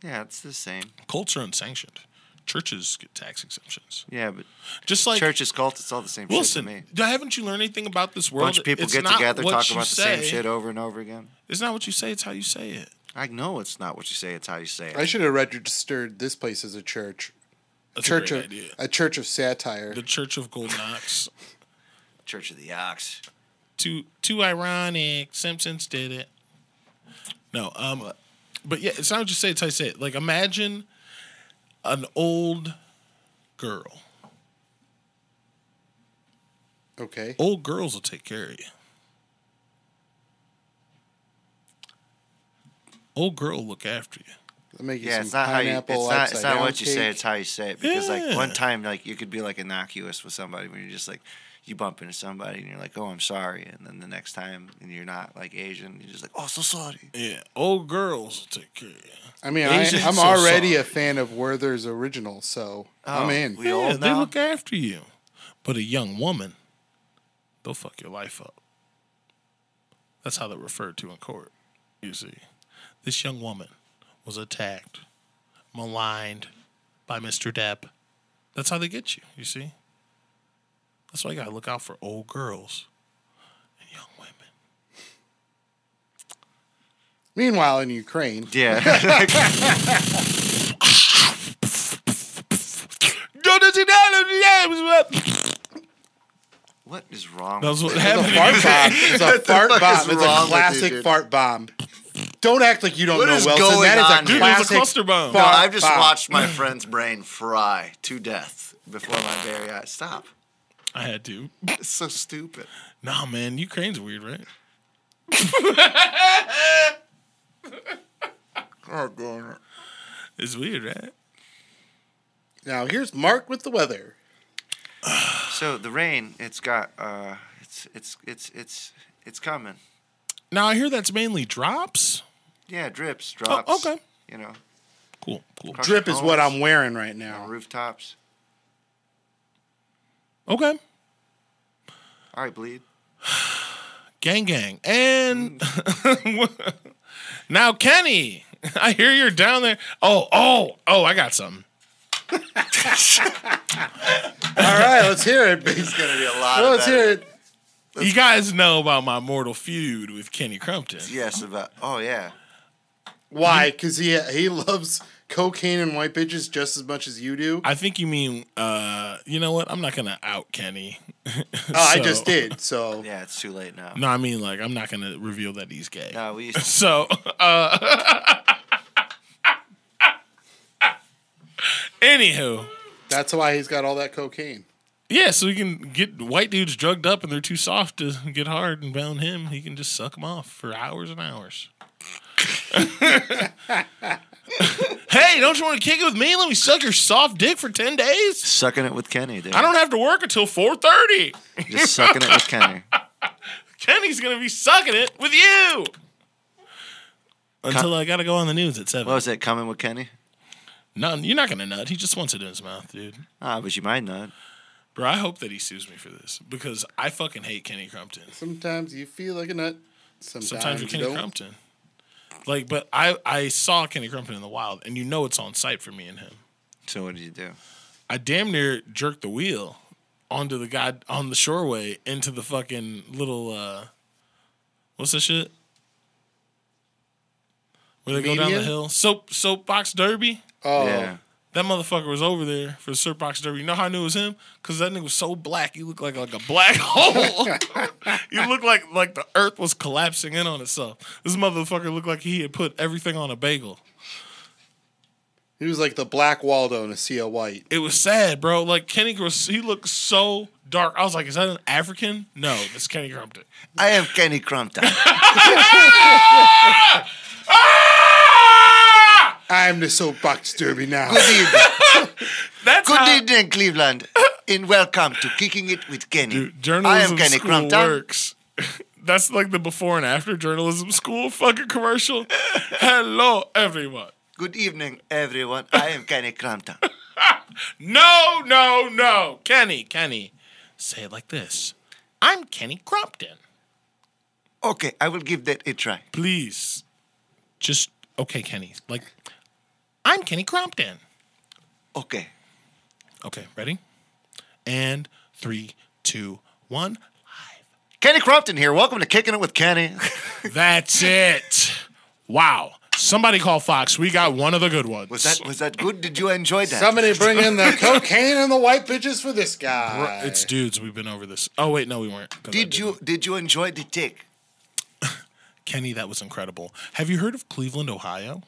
Speaker 2: Yeah, it's the same.
Speaker 3: Cults are unsanctioned. Churches get tax exemptions.
Speaker 2: Yeah, but
Speaker 3: Just like
Speaker 2: church is cult. It's all the same
Speaker 3: Wilson,
Speaker 2: shit to me.
Speaker 3: haven't you learned anything about this world?
Speaker 2: bunch of people
Speaker 3: It's
Speaker 2: get
Speaker 3: not
Speaker 2: together,
Speaker 3: what
Speaker 2: talk
Speaker 3: you
Speaker 2: about the same
Speaker 3: say.
Speaker 2: shit over and over again.
Speaker 3: It's not what you say. It's how you say it.
Speaker 2: I know it's not what you say; it's how you say it.
Speaker 1: I should have registered this place as a church.
Speaker 3: That's
Speaker 1: Church
Speaker 3: a great
Speaker 1: of
Speaker 3: idea.
Speaker 1: a church of satire.
Speaker 3: The Church of Golden Ox.
Speaker 2: Church of the Ox.
Speaker 3: too too ironic. Simpsons did it. No, um, but yeah, it's not what you say. It's how you say it. Like imagine an old girl.
Speaker 1: Okay.
Speaker 3: Old girls will take care of you. Old girl will look after you.
Speaker 1: Let me get
Speaker 2: Yeah,
Speaker 1: some
Speaker 2: it's not how you. It's
Speaker 1: pineapple
Speaker 2: not. It's
Speaker 1: upside
Speaker 2: not
Speaker 1: down
Speaker 2: what you say;
Speaker 1: cake.
Speaker 2: it's how you say it. Because
Speaker 3: Yeah.
Speaker 2: like one time, like you could be like innocuous with somebody when you're just like you bump into somebody and you're like, "Oh, I'm sorry," and then the next time and you're not like Asian, you're just like, "Oh, so sorry."
Speaker 3: Yeah, old girls will take care of you.
Speaker 1: I mean, I,
Speaker 3: Asians
Speaker 1: I'm
Speaker 3: so
Speaker 1: already
Speaker 3: sorry.
Speaker 1: a fan of Werther's original, so I'm
Speaker 2: Oh,
Speaker 1: in.
Speaker 2: We
Speaker 3: yeah,
Speaker 2: old
Speaker 3: they
Speaker 2: now.
Speaker 3: look after you. But a young woman, they'll fuck your life up. That's how they're referred to in court. You see, this young woman was attacked, maligned by Mr. Depp. That's how they get you. You see, that's why you gotta look out for old girls and young women.
Speaker 1: Meanwhile, in Ukraine,
Speaker 2: Yeah. what is wrong? with
Speaker 3: That's what
Speaker 1: the
Speaker 3: happened.
Speaker 1: fart bomb. It's a fart
Speaker 2: fuck
Speaker 1: bomb.
Speaker 2: is
Speaker 1: It's
Speaker 2: wrong
Speaker 1: a
Speaker 2: with
Speaker 1: classic
Speaker 2: you, dude?
Speaker 1: fart bomb. Don't act like you don't
Speaker 2: What
Speaker 1: know
Speaker 2: is
Speaker 1: Wilson.
Speaker 2: going
Speaker 1: That is
Speaker 2: on
Speaker 1: a
Speaker 2: here?
Speaker 3: Dude, it was
Speaker 1: classic
Speaker 3: a cluster bomb.
Speaker 2: No,
Speaker 1: Fuck,
Speaker 2: I've just
Speaker 1: fuck.
Speaker 2: watched my friend's brain fry to death before my very eyes. Stop.
Speaker 3: I had to.
Speaker 2: It's so stupid.
Speaker 3: Nah, man, Ukraine's weird, right?
Speaker 2: Oh, God.
Speaker 3: It's weird, right?
Speaker 1: Now here's Mark with the weather.
Speaker 2: So the rain, it's got, uh, it's, it's, it's, it's, it's coming.
Speaker 3: Now I hear that's mainly drops.
Speaker 2: Yeah, drips,
Speaker 1: Oh,
Speaker 2: drops.
Speaker 3: okay.
Speaker 2: You know,
Speaker 3: Cool, cool.
Speaker 2: Crush
Speaker 1: Drip is what
Speaker 2: homes,
Speaker 1: I'm wearing right
Speaker 2: on
Speaker 1: now.
Speaker 2: rooftops.
Speaker 3: Okay.
Speaker 2: All right, bleed.
Speaker 3: Gang gang. And now Kenny, I hear you're down there. Oh, oh, oh, I got something.
Speaker 1: All right, let's hear it. Let's
Speaker 2: Gonna be a lot. of that.
Speaker 1: hear it.
Speaker 3: you guys know about my mortal feud with Kenny Crumpton.
Speaker 2: Yes, about. Oh yeah.
Speaker 1: Why? Because he he loves cocaine and white bitches just as much as you do.
Speaker 3: I think you mean uh you know what? I'm not gonna out Kenny.
Speaker 1: oh, I
Speaker 3: So-
Speaker 1: just did. So
Speaker 2: Yeah, it's too late now.
Speaker 3: No, I mean like I'm not gonna reveal that he's gay.
Speaker 2: No, we used
Speaker 3: So, uh, anywho,
Speaker 1: that's why he's got all that cocaine.
Speaker 3: yeah, so we can get white dudes drugged up and they're too soft to get hard and bound him. He can just suck them off for hours and hours. hey, don't you want to kick it with me? Let me suck your soft dick for 10 days?
Speaker 2: sucking it with Kenny, dude.
Speaker 3: I don't have to work until 4.30.
Speaker 2: Just sucking it with Kenny.
Speaker 3: Kenny's going to be sucking it with you. Until I got to go on the news at 7.
Speaker 2: What was that? Coming with Kenny?
Speaker 3: No, you're not gonna nut. He just wants it in his mouth, dude.
Speaker 2: Ah, but you might not.
Speaker 3: Bro, I hope that he sues me for this because I fucking hate Kenny Crumpton.
Speaker 1: Sometimes you feel like a nut. Sometimes,
Speaker 3: Sometimes
Speaker 1: you
Speaker 3: with Kenny
Speaker 1: don't.
Speaker 3: Crumpton. Like, but I I saw Kenny Crumpton in the wild, and you know it's on site for me and him.
Speaker 2: So what did you do?
Speaker 3: I damn near jerked the wheel onto the guy on the shoreway into the fucking little uh what's that shit? Where they go down the
Speaker 1: Median?
Speaker 3: hill? Soap soapbox derby?
Speaker 1: Oh,
Speaker 2: Yeah.
Speaker 3: That motherfucker was over there for the Surfbox Derby. You know how I knew it was him? Because that nigga was so black, he looked like like a black hole. you looked like like the earth was collapsing in on itself. This motherfucker looked like he had put everything on a bagel.
Speaker 1: He was like the black Waldo in a sea of white.
Speaker 3: It was sad, bro. Like Kenny Gross, he looked so dark. I was like, is that an African? No, that's Kenny Crumpton.
Speaker 2: I am Kenny Crumpton.
Speaker 3: Ah!
Speaker 1: I'm the soapbox derby now.
Speaker 2: Good evening.
Speaker 3: That's
Speaker 2: Good
Speaker 3: how
Speaker 2: evening, Cleveland. And welcome to Kicking It with Kenny.
Speaker 3: Dude,
Speaker 2: I
Speaker 3: journalism
Speaker 2: am Kenny
Speaker 3: school
Speaker 2: Crumpton.
Speaker 3: works. That's like the before and after journalism school fucking commercial. Hello, everyone.
Speaker 2: Good evening, everyone. I am Kenny Crumpton.
Speaker 3: No, no, no. Kenny, Kenny. Say it like this. I'm Kenny Crompton.
Speaker 2: Okay, I will give that a try.
Speaker 3: Please. Just okay, Kenny. Like I'm Kenny Crompton.
Speaker 2: Okay.
Speaker 3: Okay, ready? And three, two, one.
Speaker 2: Kenny Crumpton here. Welcome to Kicking It with Kenny.
Speaker 3: That's it. Wow. Somebody call Fox. We got one of the good ones.
Speaker 2: Was that was that good? Did you enjoy that?
Speaker 1: Somebody bring in the cocaine and the white bitches for this guy.
Speaker 3: It's dudes. We've been over this. Oh wait, no, we weren't. 'cause I
Speaker 2: did you did you enjoy the tick?
Speaker 3: Kenny? That was incredible. Have you heard of Cleveland, Ohio?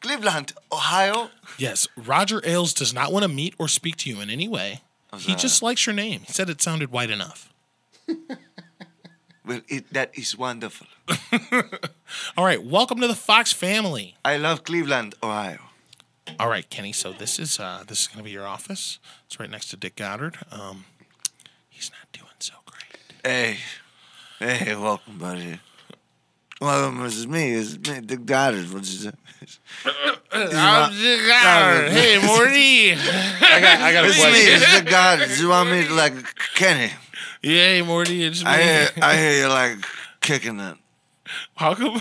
Speaker 2: Cleveland, Ohio.
Speaker 3: Yes. Roger Ailes does not want to meet or speak to you in any way. He just likes your name. He said it sounded white enough.
Speaker 2: Well, it, that is wonderful.
Speaker 3: All right, welcome to the Fox family.
Speaker 2: I love Cleveland, Ohio.
Speaker 3: All right, Kenny. So this is uh, this is going to be your office. It's right next to Dick Goddard. Um, he's not doing so great.
Speaker 2: Hey, hey, welcome, buddy. Welcome, this is me. It's me, Dick Goddard. What is it?
Speaker 3: Dick Goddard. Hey, Morty.
Speaker 1: I got, I got a
Speaker 2: It's me,
Speaker 1: question.
Speaker 2: it's Dick Goddard. You want me to like Kenny?
Speaker 3: Yay, Morty. It's me.
Speaker 2: I uh, hear, I hear you like kicking it.
Speaker 3: How come?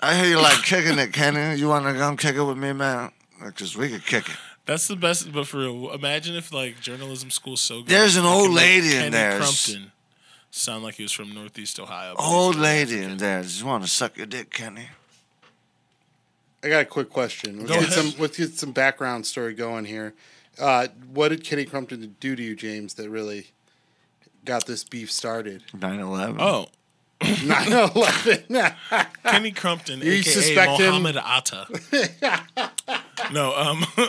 Speaker 2: I hear you like kicking it, Kenny. You want to come kick it with me, man? Because we could kick it.
Speaker 3: That's the best. But for real, imagine if like journalism school's so good.
Speaker 2: There's an
Speaker 3: they could
Speaker 2: old
Speaker 3: make
Speaker 2: lady in
Speaker 3: Kenny
Speaker 2: there. Oh.
Speaker 3: Crumpton sound like he was from Northeast Ohio. but
Speaker 2: Old
Speaker 3: he's-
Speaker 2: lady in there. Just want to suck your dick, Kenny.
Speaker 1: I got a quick question. Let's
Speaker 3: Go
Speaker 1: get
Speaker 3: ahead.
Speaker 1: some let's get some background story going here. Uh, what did Kenny Crumpton do to you, James, that really got this beef started?
Speaker 2: 9 11.
Speaker 3: Oh,
Speaker 1: 9 11.
Speaker 3: Kenny Crumpton,
Speaker 1: You
Speaker 3: aka
Speaker 1: suspect him?
Speaker 3: Mohammed Atta. no, um,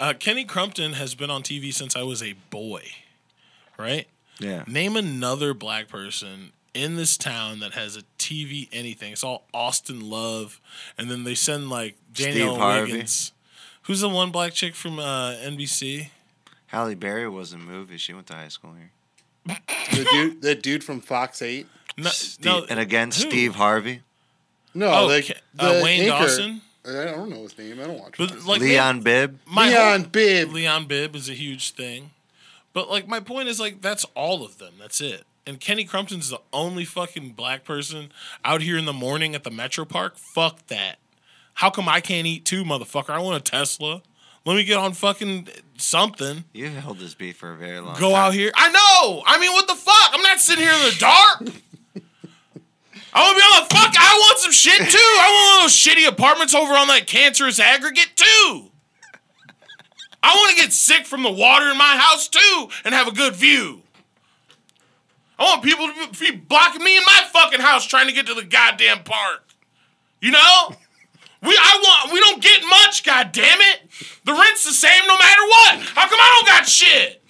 Speaker 3: uh, Kenny Crumpton has been on TV since I was a boy, right?
Speaker 2: Yeah.
Speaker 3: Name another black person in this town that has a TV anything. It's all Austin Love, and then they send like Danielle
Speaker 2: Harvey.
Speaker 3: Wiggins. Who's the one black chick from uh, NBC?
Speaker 2: Halle Berry was in movies. She went to high school here.
Speaker 1: the dude the dude from Fox 8?
Speaker 3: No,
Speaker 2: Steve,
Speaker 3: no,
Speaker 2: and again,
Speaker 3: who?
Speaker 2: Steve Harvey.
Speaker 1: No,
Speaker 3: Oh,
Speaker 1: the,
Speaker 3: Ke- uh,
Speaker 1: the
Speaker 3: Wayne
Speaker 1: anchor-
Speaker 3: Dawson?
Speaker 1: I don't know his name. I don't watch.
Speaker 3: But,
Speaker 1: Fox.
Speaker 3: like, they-
Speaker 2: Leon Bibb.
Speaker 3: my whole-
Speaker 1: Leon Bibb.
Speaker 3: Leon Bibb is a huge thing. But like my point is like that's all of them. That's it. And Kenny Crumpton's the only fucking black person out here in the morning at the Metro Park. Fuck that. How come I can't eat too, motherfucker? I want a Tesla. Let me get on fucking something.
Speaker 2: You've held this beef for a very long time.
Speaker 3: Go out here. I know. I mean, what the fuck? I'm not sitting here in the dark. I want to be on the fuck. I want some shit too. I want one of those shitty apartments over on that cancerous aggregate too. I want to get sick from the water in my house too and have a good view. I want people to be blocking me in my fucking house trying to get to the goddamn park. You know? We I want we don't get much, god damn it. The rent's the same no matter what. How come I don't got shit?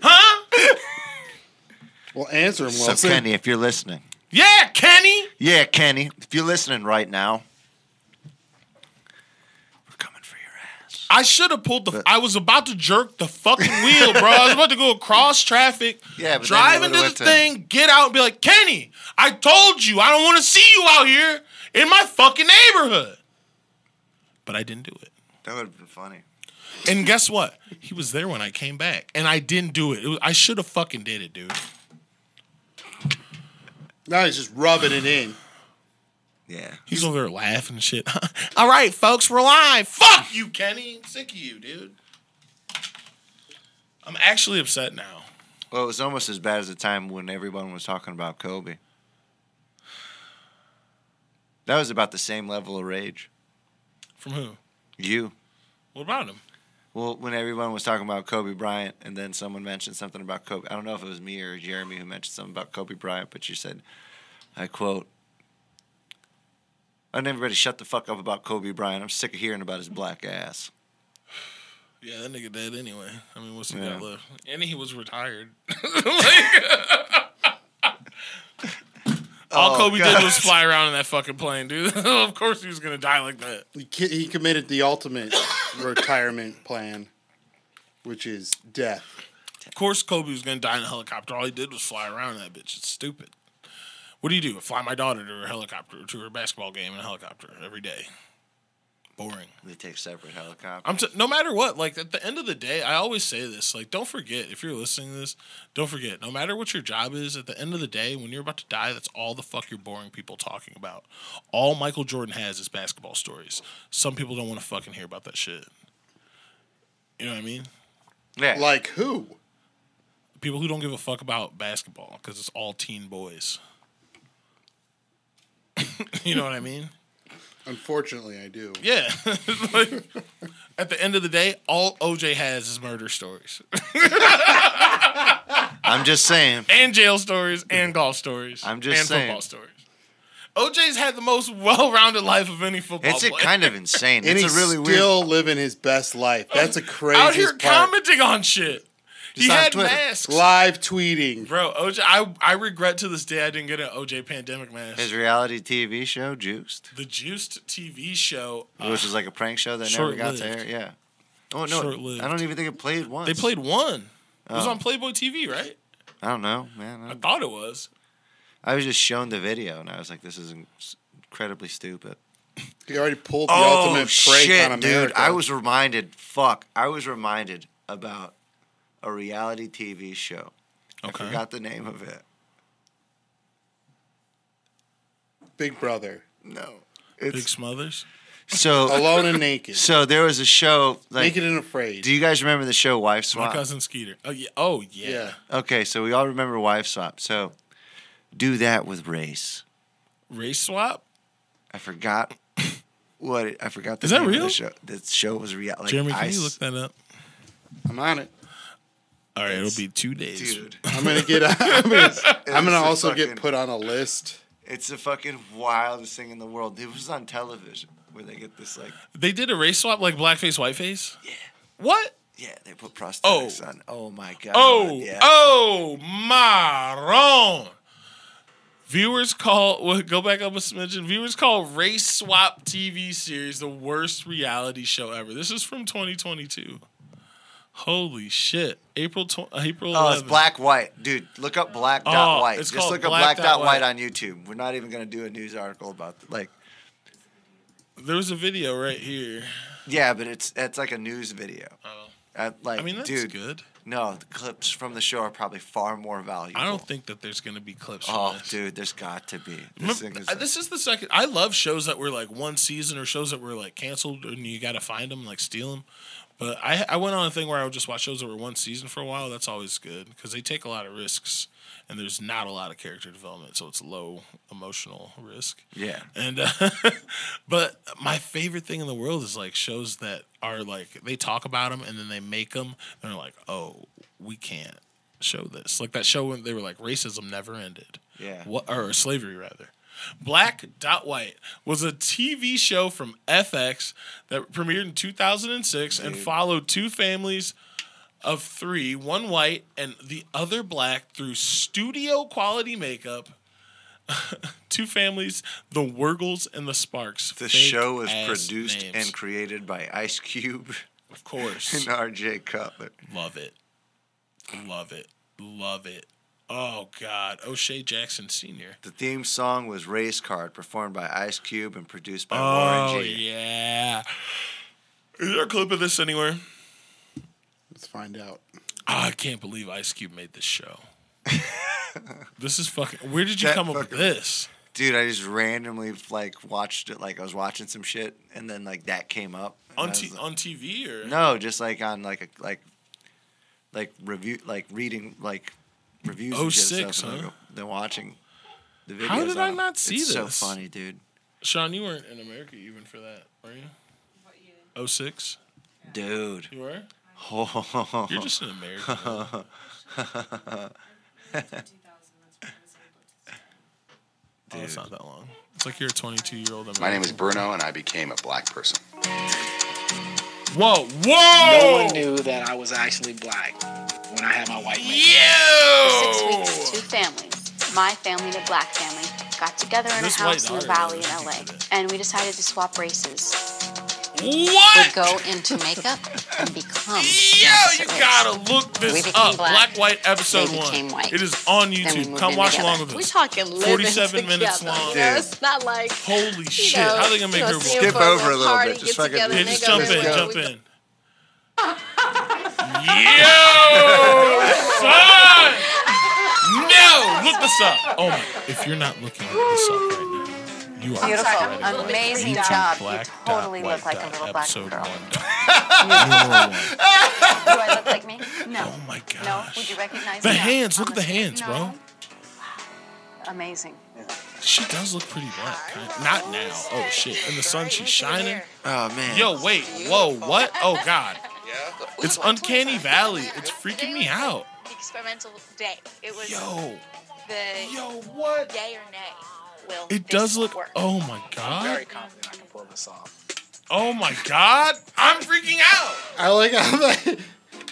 Speaker 3: Huh?
Speaker 1: Well, answer him,
Speaker 2: So,
Speaker 1: Wilson.
Speaker 2: Kenny, if you're listening.
Speaker 3: Yeah, Kenny.
Speaker 2: Yeah, Kenny, if you're listening right now, we're coming for your ass.
Speaker 3: I should have pulled the. I was about to jerk the fucking wheel, bro. I was about to go across traffic,
Speaker 2: Yeah, but then
Speaker 3: drive
Speaker 2: you
Speaker 3: into the
Speaker 2: would've went to-
Speaker 3: thing, get out, and be like, Kenny, I told you, I don't want to see you out here in my fucking neighborhood. But I didn't do it.
Speaker 2: That would have been funny.
Speaker 3: And guess what? He was there when I came back, and I didn't do it. it was, I should have fucking did it, dude.
Speaker 1: Now he's just rubbing it in.
Speaker 2: Yeah.
Speaker 3: He's over there laughing and shit. All right, folks, we're live. Fuck you, Kenny. I'm sick of you, dude. I'm actually upset now.
Speaker 2: Well, it was almost as bad as the time when everyone was talking about Kobe. That was about the same level of rage.
Speaker 3: From who?
Speaker 2: You.
Speaker 3: What about him?
Speaker 2: Well, when everyone was talking about Kobe Bryant, and then someone mentioned something about Kobe. I don't know if it was me or Jeremy who mentioned something about Kobe Bryant, but you said, I quote, I need everybody to shut the fuck up about Kobe Bryant. I'm sick of hearing about his black ass.
Speaker 3: Yeah, that nigga dead anyway. I mean, what's he
Speaker 2: Yeah.
Speaker 3: got left? And he was retired. All
Speaker 2: Oh,
Speaker 3: Kobe
Speaker 2: God.
Speaker 3: did was fly around in that fucking plane, dude. of course he was gonna die like that.
Speaker 1: He, ki- he committed the ultimate retirement plan, which is death.
Speaker 3: Of course Kobe was gonna die in a helicopter. All he did was fly around in that bitch. It's stupid. What do you do? Fly my daughter to her helicopter to her basketball game in a helicopter every day. Boring.
Speaker 2: They take separate helicopters.
Speaker 3: I'm t- no matter what, like at the end of the day, I always say this, like don't forget if you're listening to this, don't forget no matter what your job is, at the end of the day when you're about to die, that's all the fuck you're boring people talking about. All Michael Jordan has is basketball stories. Some people don't want to fucking hear about that shit. You know what I mean?
Speaker 2: yeah.
Speaker 1: Like who?
Speaker 3: People who don't give a fuck about basketball cuz it's all teen boys. you know what I mean?
Speaker 1: Unfortunately, I do.
Speaker 3: Yeah. like, at the end of the day, all OJ has is murder stories.
Speaker 2: I'm just saying.
Speaker 3: and jail stories and golf stories.
Speaker 2: I'm just
Speaker 3: and
Speaker 2: saying.
Speaker 3: football stories. OJ's had the most well-rounded life of any football
Speaker 2: It's a
Speaker 3: player.
Speaker 2: kind of insane.
Speaker 1: And
Speaker 2: it's
Speaker 1: he's
Speaker 2: a really
Speaker 1: still living his best life. That's a crazy
Speaker 3: out here
Speaker 1: part.
Speaker 3: commenting on shit. he
Speaker 2: on
Speaker 3: had
Speaker 2: Twitter.
Speaker 3: masks.
Speaker 1: Live tweeting.
Speaker 3: Bro, OJ, I, I regret to this day I didn't get an OJ pandemic mask.
Speaker 2: weird. His reality TV show, Juiced,
Speaker 3: the Juiced TV show, uh,
Speaker 2: which was like a prank show that never got to air.
Speaker 3: Short-lived.
Speaker 2: Yeah. Oh no,
Speaker 3: Short-lived.
Speaker 2: I don't even think it played once.
Speaker 3: they played one. It
Speaker 2: Oh.
Speaker 3: was on Playboy TV, right?
Speaker 2: I don't know, man. I
Speaker 3: I
Speaker 2: don't-
Speaker 3: thought it was.
Speaker 2: I was just shown the video, and I was like, "This is in- incredibly stupid."
Speaker 1: He already pulled the ultimate prank on America.
Speaker 2: Oh, dude! I was reminded. Fuck! I was reminded about a reality TV show. I
Speaker 3: Okay.
Speaker 2: forgot the name of it.
Speaker 1: Big Brother,
Speaker 2: No,
Speaker 3: Big
Speaker 2: it's
Speaker 3: Smothers.
Speaker 2: so.
Speaker 1: alone and naked,
Speaker 2: So there was a show. Like,
Speaker 1: naked and afraid.
Speaker 2: do you guys remember the show Wife
Speaker 3: My
Speaker 2: Swap?
Speaker 3: cousin Skeeter. Oh yeah. Oh yeah.
Speaker 1: yeah,
Speaker 2: Okay, so we all remember Wife Swap. So do that with race.
Speaker 3: Race swap.
Speaker 2: I forgot what it, I forgot. The
Speaker 3: Is that
Speaker 2: name of the
Speaker 3: real?
Speaker 2: show. The show was real. Like,
Speaker 3: Jeremy,
Speaker 2: I
Speaker 3: can you
Speaker 2: s-
Speaker 3: look that up?
Speaker 1: I'm on it.
Speaker 3: All right, it'll be two days.
Speaker 2: Dude,
Speaker 1: I'm gonna get. I'm gonna, I'm gonna
Speaker 2: It's a
Speaker 1: also get
Speaker 2: fucking-
Speaker 1: put on a list.
Speaker 2: It's the fucking wildest thing in the world. It was on television where they get this like,
Speaker 3: They did a race swap like blackface, whiteface. Yeah. What?
Speaker 2: yeah, they put prosthetics on. Oh my god.
Speaker 3: Oh,
Speaker 2: yeah.
Speaker 3: oh, Maron. Viewers call well, go back up a smidgen. Viewers call race swap TV series the worst reality show ever. This is from 2022. Holy shit! April tw- uh, April.
Speaker 2: Oh, it's
Speaker 3: 11th.
Speaker 2: black white, dude. Look up black dot
Speaker 3: Oh,
Speaker 2: white.
Speaker 3: it's
Speaker 2: Just
Speaker 3: called
Speaker 2: look up black, dot white. on YouTube. We're not even gonna do a news article about th- like,
Speaker 3: There was a video right here.
Speaker 2: yeah, but it's it's like a news video. Oh, like,
Speaker 3: I mean, that's
Speaker 2: dude,
Speaker 3: good.
Speaker 2: No, the clips from the show are probably far more valuable.
Speaker 3: I don't think that there's gonna be clips. From
Speaker 2: Oh,
Speaker 3: this.
Speaker 2: dude, there's got to be.
Speaker 3: This,
Speaker 2: This thing is,
Speaker 3: uh, this is the second. I love shows that were like one season or shows that were like canceled and you got to find them, like steal them. But I, I went on a thing where I would just watch shows that were one season for a while. That's always good because they take a lot of risks and there's not a lot of character development, so it's low emotional risk.
Speaker 2: yeah.
Speaker 3: And uh, but my favorite thing in the world is like shows that are like they talk about them and then they make them and they're like, oh, we can't show this. Like that show when they were like racism never ended.
Speaker 2: Yeah.
Speaker 3: What or slavery rather. Black Dot White was a TV show from FX that premiered in 2006 and followed two families of three, one white and the other black, through studio quality makeup. two families, the Wurgles and the Sparks.
Speaker 2: The
Speaker 3: Fake
Speaker 2: show was
Speaker 3: ass
Speaker 2: produced
Speaker 3: names.
Speaker 2: and created by Ice Cube
Speaker 3: of course,
Speaker 2: and R.J. Cutler.
Speaker 3: love it, love it, love it. Oh God, O'Shea Jackson Sr.
Speaker 2: The theme song was Race Card, performed by Ice Cube and produced by
Speaker 3: Oh
Speaker 2: Warren G.
Speaker 3: yeah. Is there a clip of this anywhere?
Speaker 1: Let's find out.
Speaker 3: Ah, I can't believe Ice Cube made this show. this is fucking. Where did you
Speaker 2: That
Speaker 3: come up with
Speaker 2: fucking-
Speaker 3: this?
Speaker 2: Dude, I just randomly like watched it like I was watching some shit and then like that came up. and
Speaker 3: On
Speaker 2: I was
Speaker 3: t-
Speaker 2: like-
Speaker 3: on TV or
Speaker 2: No, just like on like a like like review like reading like reviews and shit
Speaker 3: 06,
Speaker 2: stuff and
Speaker 3: huh?
Speaker 2: like, then watching the videos.
Speaker 3: How did I
Speaker 2: on it.
Speaker 3: not see
Speaker 2: it's so
Speaker 3: this?
Speaker 2: funny, dude.
Speaker 3: Sean, you weren't in America even for that, were you?
Speaker 5: What you?
Speaker 3: Oh, 06?
Speaker 2: Dude.
Speaker 3: You were?
Speaker 2: Oh.
Speaker 3: You're just an American.
Speaker 5: I lived in 2000. That's when I was able to.
Speaker 3: Oh, it's not that long. It's like you're a 22 year old.
Speaker 6: My name is Bruno, and I became a black person.
Speaker 3: Whoa,
Speaker 7: No
Speaker 3: whoa!
Speaker 7: one knew that I was actually black when I had my white man.
Speaker 8: Six
Speaker 3: Yo!
Speaker 8: weeks, two families, my family and a black family, got together in
Speaker 3: This
Speaker 8: a
Speaker 3: white
Speaker 8: house in the
Speaker 3: daughter
Speaker 8: valley in
Speaker 3: really
Speaker 8: LA,
Speaker 3: did it.
Speaker 8: and we decided to swap races. We'd
Speaker 3: What?
Speaker 8: go into makeup and become.
Speaker 3: Yo,
Speaker 8: the
Speaker 3: you
Speaker 8: opposite race.
Speaker 3: gotta look
Speaker 8: We
Speaker 3: this
Speaker 8: became
Speaker 3: up. Black,
Speaker 8: black.
Speaker 3: White episode
Speaker 8: They
Speaker 3: one.
Speaker 8: became white.
Speaker 3: It is on
Speaker 8: Then we
Speaker 3: YouTube.
Speaker 8: moved
Speaker 3: Come
Speaker 8: in
Speaker 3: watch
Speaker 8: together.
Speaker 3: along with
Speaker 9: We
Speaker 3: us.
Speaker 9: talking living
Speaker 3: 47
Speaker 9: together.
Speaker 3: minutes long.
Speaker 9: You know, it's not like
Speaker 3: Holy
Speaker 9: you
Speaker 3: shit!
Speaker 9: know,
Speaker 3: How they gonna make
Speaker 9: you know,
Speaker 3: her
Speaker 9: see
Speaker 3: walk?
Speaker 9: a
Speaker 1: Skip over a
Speaker 9: program
Speaker 1: little
Speaker 9: party,
Speaker 1: bit. Just
Speaker 9: get
Speaker 1: fucking-
Speaker 9: together,
Speaker 1: Yeah,
Speaker 3: Yeah,
Speaker 9: and
Speaker 3: just
Speaker 9: they go
Speaker 3: jump in,
Speaker 9: everywhere.
Speaker 3: jump
Speaker 9: We
Speaker 3: in.
Speaker 9: go-
Speaker 3: Yo, son! No, look this up. Oh my! If you're not looking at this up right now, you are
Speaker 8: Beautiful, amazing
Speaker 3: YouTube
Speaker 8: job. You uh,
Speaker 3: Black dot
Speaker 8: totally
Speaker 3: white
Speaker 8: look like a
Speaker 3: dot
Speaker 8: little black
Speaker 3: episode
Speaker 8: girl.
Speaker 3: one dot-
Speaker 8: Do I look like me? No.
Speaker 3: Oh my
Speaker 8: No.
Speaker 3: gosh!
Speaker 8: Would you recognize
Speaker 3: The
Speaker 8: me? No.
Speaker 3: hands, look at the
Speaker 8: Honestly,
Speaker 3: hands, bro.
Speaker 8: no. Amazing.
Speaker 3: She does look pretty black. Kind Not now. Oh shit! In the sun, she's shining.
Speaker 2: Oh man.
Speaker 3: Yo, wait. Whoa, what? Oh god. It's uncanny valley. It's freaking me out.
Speaker 9: The experimental day. It was
Speaker 3: Yo,
Speaker 9: the
Speaker 3: yo, what?
Speaker 9: yay or nay. Will
Speaker 3: It
Speaker 9: this
Speaker 3: does look.
Speaker 9: Work?
Speaker 3: Oh my
Speaker 7: I'm
Speaker 3: god.
Speaker 7: very confident I can pull this off.
Speaker 3: Oh my god. I'm freaking out.
Speaker 1: I like how that.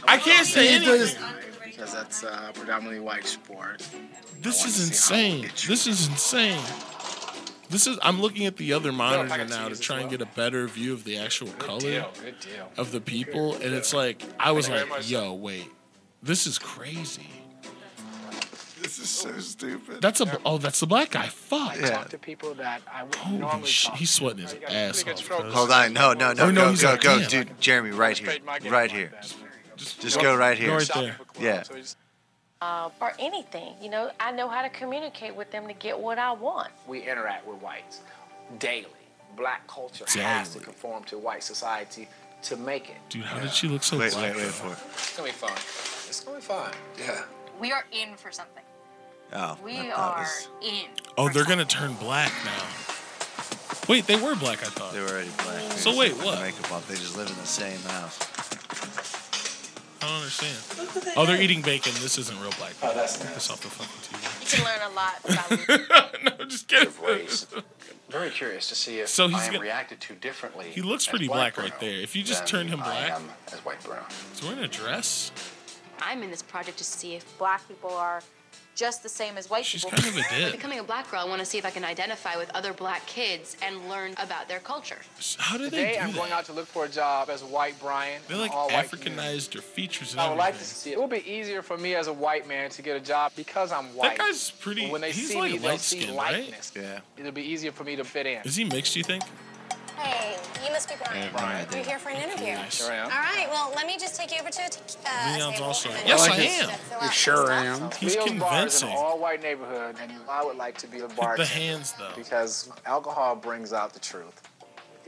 Speaker 3: I can't say
Speaker 1: He
Speaker 3: anything.
Speaker 1: does-
Speaker 7: Because that's uh, predominantly white sport.
Speaker 3: This is insane. This is insane. This is. I'm looking at the other monitor now to try and get a better view of the actual color
Speaker 7: Oh, good deal.
Speaker 3: of the people, and it's like I was like, yo, wait, this is crazy.
Speaker 1: This is so stupid.
Speaker 3: That's a. Oh, that's the black guy. Fuck.
Speaker 2: Yeah.
Speaker 7: Talk to people that I would
Speaker 3: Holy
Speaker 7: normally
Speaker 3: shit,
Speaker 7: talk
Speaker 3: he's
Speaker 7: to.
Speaker 3: sweating his ass off. cuz.
Speaker 2: Hold on. No, no, no,
Speaker 3: Oh, no,
Speaker 2: no,
Speaker 3: he's
Speaker 2: go,
Speaker 3: like,
Speaker 2: go,
Speaker 3: yeah.
Speaker 2: dude. Jeremy, right here, right here. Just go right
Speaker 3: Go
Speaker 2: here.
Speaker 3: right there.
Speaker 2: Yeah.
Speaker 9: Um, or anything, you know, I know how to communicate with them to get what I want.
Speaker 7: we interact with whites daily. Black culture has to
Speaker 3: Daily.
Speaker 7: conform to white society to make it.
Speaker 3: Dude, how did she look so
Speaker 2: Wait,
Speaker 3: black?
Speaker 2: wait, wait
Speaker 3: though?
Speaker 2: for it.
Speaker 7: It's gonna be fun. It's gonna be fun.
Speaker 6: Yeah.
Speaker 8: We are in for something.
Speaker 2: Oh, I
Speaker 8: We
Speaker 2: thought it
Speaker 8: are
Speaker 2: was-
Speaker 8: in.
Speaker 3: Oh,
Speaker 8: for
Speaker 3: they're gonna
Speaker 8: something.
Speaker 3: turn black now. Wait, they were black. I thought.
Speaker 2: They were already black. They
Speaker 3: So
Speaker 2: just
Speaker 3: wait,
Speaker 2: put the
Speaker 3: what?
Speaker 2: Makeup off. They just live in the same house.
Speaker 3: I don't understand. Oh, they're eating bacon. This isn't real black. Oh, that's this off the fucking TV.
Speaker 9: You can learn a lot about
Speaker 3: no, just kidding.
Speaker 6: Race. Very curious to see if
Speaker 3: So he's
Speaker 6: I am
Speaker 3: gonna-
Speaker 6: reacted to differently.
Speaker 3: He looks
Speaker 6: as
Speaker 3: pretty black right
Speaker 6: Bruno
Speaker 3: there. If you just
Speaker 6: than
Speaker 3: turned him
Speaker 6: I
Speaker 3: black.
Speaker 6: am as white Bruno.
Speaker 3: He's wearing a dress.
Speaker 8: I'm in this project to see if black people are just the same as white
Speaker 3: She's
Speaker 8: people.
Speaker 3: kind of a dick.
Speaker 8: Becoming a black girl, I want to see if I can identify with other black kids and learn about their culture.
Speaker 3: How did they
Speaker 7: Today
Speaker 3: do
Speaker 7: I'm going
Speaker 3: that?
Speaker 7: out to look for a job as a white Brian.
Speaker 3: They like
Speaker 7: all Oh,
Speaker 3: Africanized your features and
Speaker 7: I would like to
Speaker 3: everything.
Speaker 7: see it. It would be easier for me as a white man to get a job because I'm
Speaker 3: That
Speaker 7: white.
Speaker 3: guy's pretty.
Speaker 7: But when they
Speaker 3: He's
Speaker 7: see me,
Speaker 3: like
Speaker 7: they'll
Speaker 3: light
Speaker 7: see
Speaker 3: skinned, right?
Speaker 7: likeness.
Speaker 2: Yeah.
Speaker 7: It'll be easier for me to fit in.
Speaker 3: Is he mixed? You think?
Speaker 10: Hey, you must be
Speaker 2: I
Speaker 10: Brian.
Speaker 2: have no
Speaker 10: You're
Speaker 2: idea.
Speaker 10: here for an interview.
Speaker 3: Nice.
Speaker 7: Here I
Speaker 10: All
Speaker 7: am.
Speaker 10: right, well, let me just take you over to a t- uh,
Speaker 3: Leon's
Speaker 10: table
Speaker 3: also-
Speaker 10: and
Speaker 3: Yes,
Speaker 10: we'll
Speaker 1: I
Speaker 10: just
Speaker 3: am.
Speaker 10: fill
Speaker 1: You
Speaker 10: out
Speaker 1: sure
Speaker 10: some
Speaker 1: am.
Speaker 10: stuff.
Speaker 3: He's
Speaker 7: Leo's bar is an
Speaker 3: convincing.
Speaker 7: all-white neighborhood, and I would like to be a bartender.
Speaker 3: The hands though.
Speaker 7: because alcohol brings out the truth.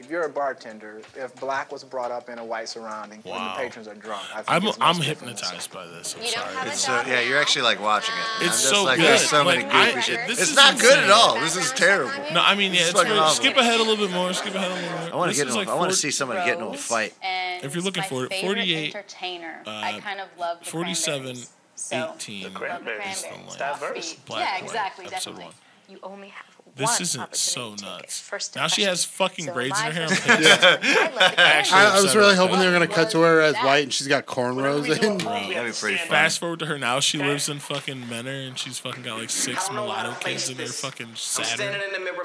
Speaker 7: If you're a bartender, if black was brought up in a white surrounding, when
Speaker 3: Wow.
Speaker 7: the patrons are drunk, I think
Speaker 3: I'm
Speaker 7: it's much
Speaker 3: I'm
Speaker 7: different.
Speaker 3: hypnotized by this. I'm
Speaker 10: You don't have
Speaker 3: sorry.
Speaker 10: a
Speaker 2: It's
Speaker 3: It's-
Speaker 2: so yeah, you're actually like watching it.
Speaker 3: It's
Speaker 2: I'm just
Speaker 3: so
Speaker 2: like
Speaker 3: good.
Speaker 2: there's so
Speaker 3: Like,
Speaker 2: many
Speaker 3: I-
Speaker 2: goofy shit.
Speaker 3: it- this
Speaker 2: It's
Speaker 3: is
Speaker 2: not good at
Speaker 3: insane.
Speaker 2: all. This
Speaker 10: Background
Speaker 2: is
Speaker 10: check
Speaker 2: terrible.
Speaker 10: on you?
Speaker 3: No, I mean, yeah,
Speaker 2: It's
Speaker 3: it's
Speaker 2: fucking
Speaker 3: really,
Speaker 2: awful.
Speaker 3: skip ahead a little bit more. Skip ahead a little more.
Speaker 2: I want to
Speaker 3: This
Speaker 2: get
Speaker 3: is
Speaker 2: in. a-
Speaker 3: like
Speaker 2: I want to
Speaker 3: four-
Speaker 2: see somebody get into a
Speaker 8: Rose
Speaker 2: fight.
Speaker 8: And
Speaker 3: If you're looking
Speaker 8: my
Speaker 3: for it,
Speaker 8: favorite
Speaker 3: 48,
Speaker 8: entertainer.
Speaker 3: uh,
Speaker 8: I kind of love the
Speaker 3: 47,
Speaker 8: Cranberries. So,
Speaker 3: 18.
Speaker 8: love the
Speaker 7: Cranberries.
Speaker 3: is the
Speaker 8: Cranberries.
Speaker 3: line.
Speaker 7: That verse?
Speaker 8: Coffee.
Speaker 3: Black
Speaker 8: yeah,
Speaker 3: White,
Speaker 8: exactly,
Speaker 3: episode
Speaker 8: definitely.
Speaker 3: one.
Speaker 8: You only have
Speaker 3: This
Speaker 8: one
Speaker 3: isn't
Speaker 8: opportunity
Speaker 3: so
Speaker 8: to take a
Speaker 3: nuts.
Speaker 8: first
Speaker 3: Now she
Speaker 8: impression.
Speaker 3: has fucking
Speaker 8: So
Speaker 3: braids in her
Speaker 8: my
Speaker 3: hair. I'm
Speaker 8: first
Speaker 3: pissed.
Speaker 8: impression, I love the Cranberries.
Speaker 3: Actually,
Speaker 1: I, I was really hoping they were gonna
Speaker 8: What
Speaker 1: cut to her as
Speaker 8: was
Speaker 1: white, and she's got cornrows in.
Speaker 2: That'd be pretty fun.
Speaker 3: Fast forward to her now. She lives in fucking Menor, and she's fucking got like six mulatto kids in their fucking Saturn.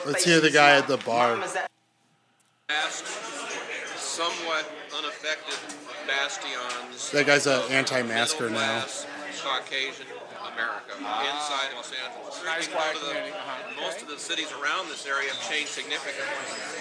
Speaker 1: Let's hear the guy at the bar.
Speaker 11: somewhat unaffected bastions.
Speaker 1: That guy's an anti-masker
Speaker 11: Masker
Speaker 1: now.
Speaker 11: Caucasian America inside Los Angeles.
Speaker 7: Nice
Speaker 11: Even though
Speaker 7: quiet
Speaker 11: the-
Speaker 7: community, uh-huh.
Speaker 11: Most of the cities around this area have changed significantly.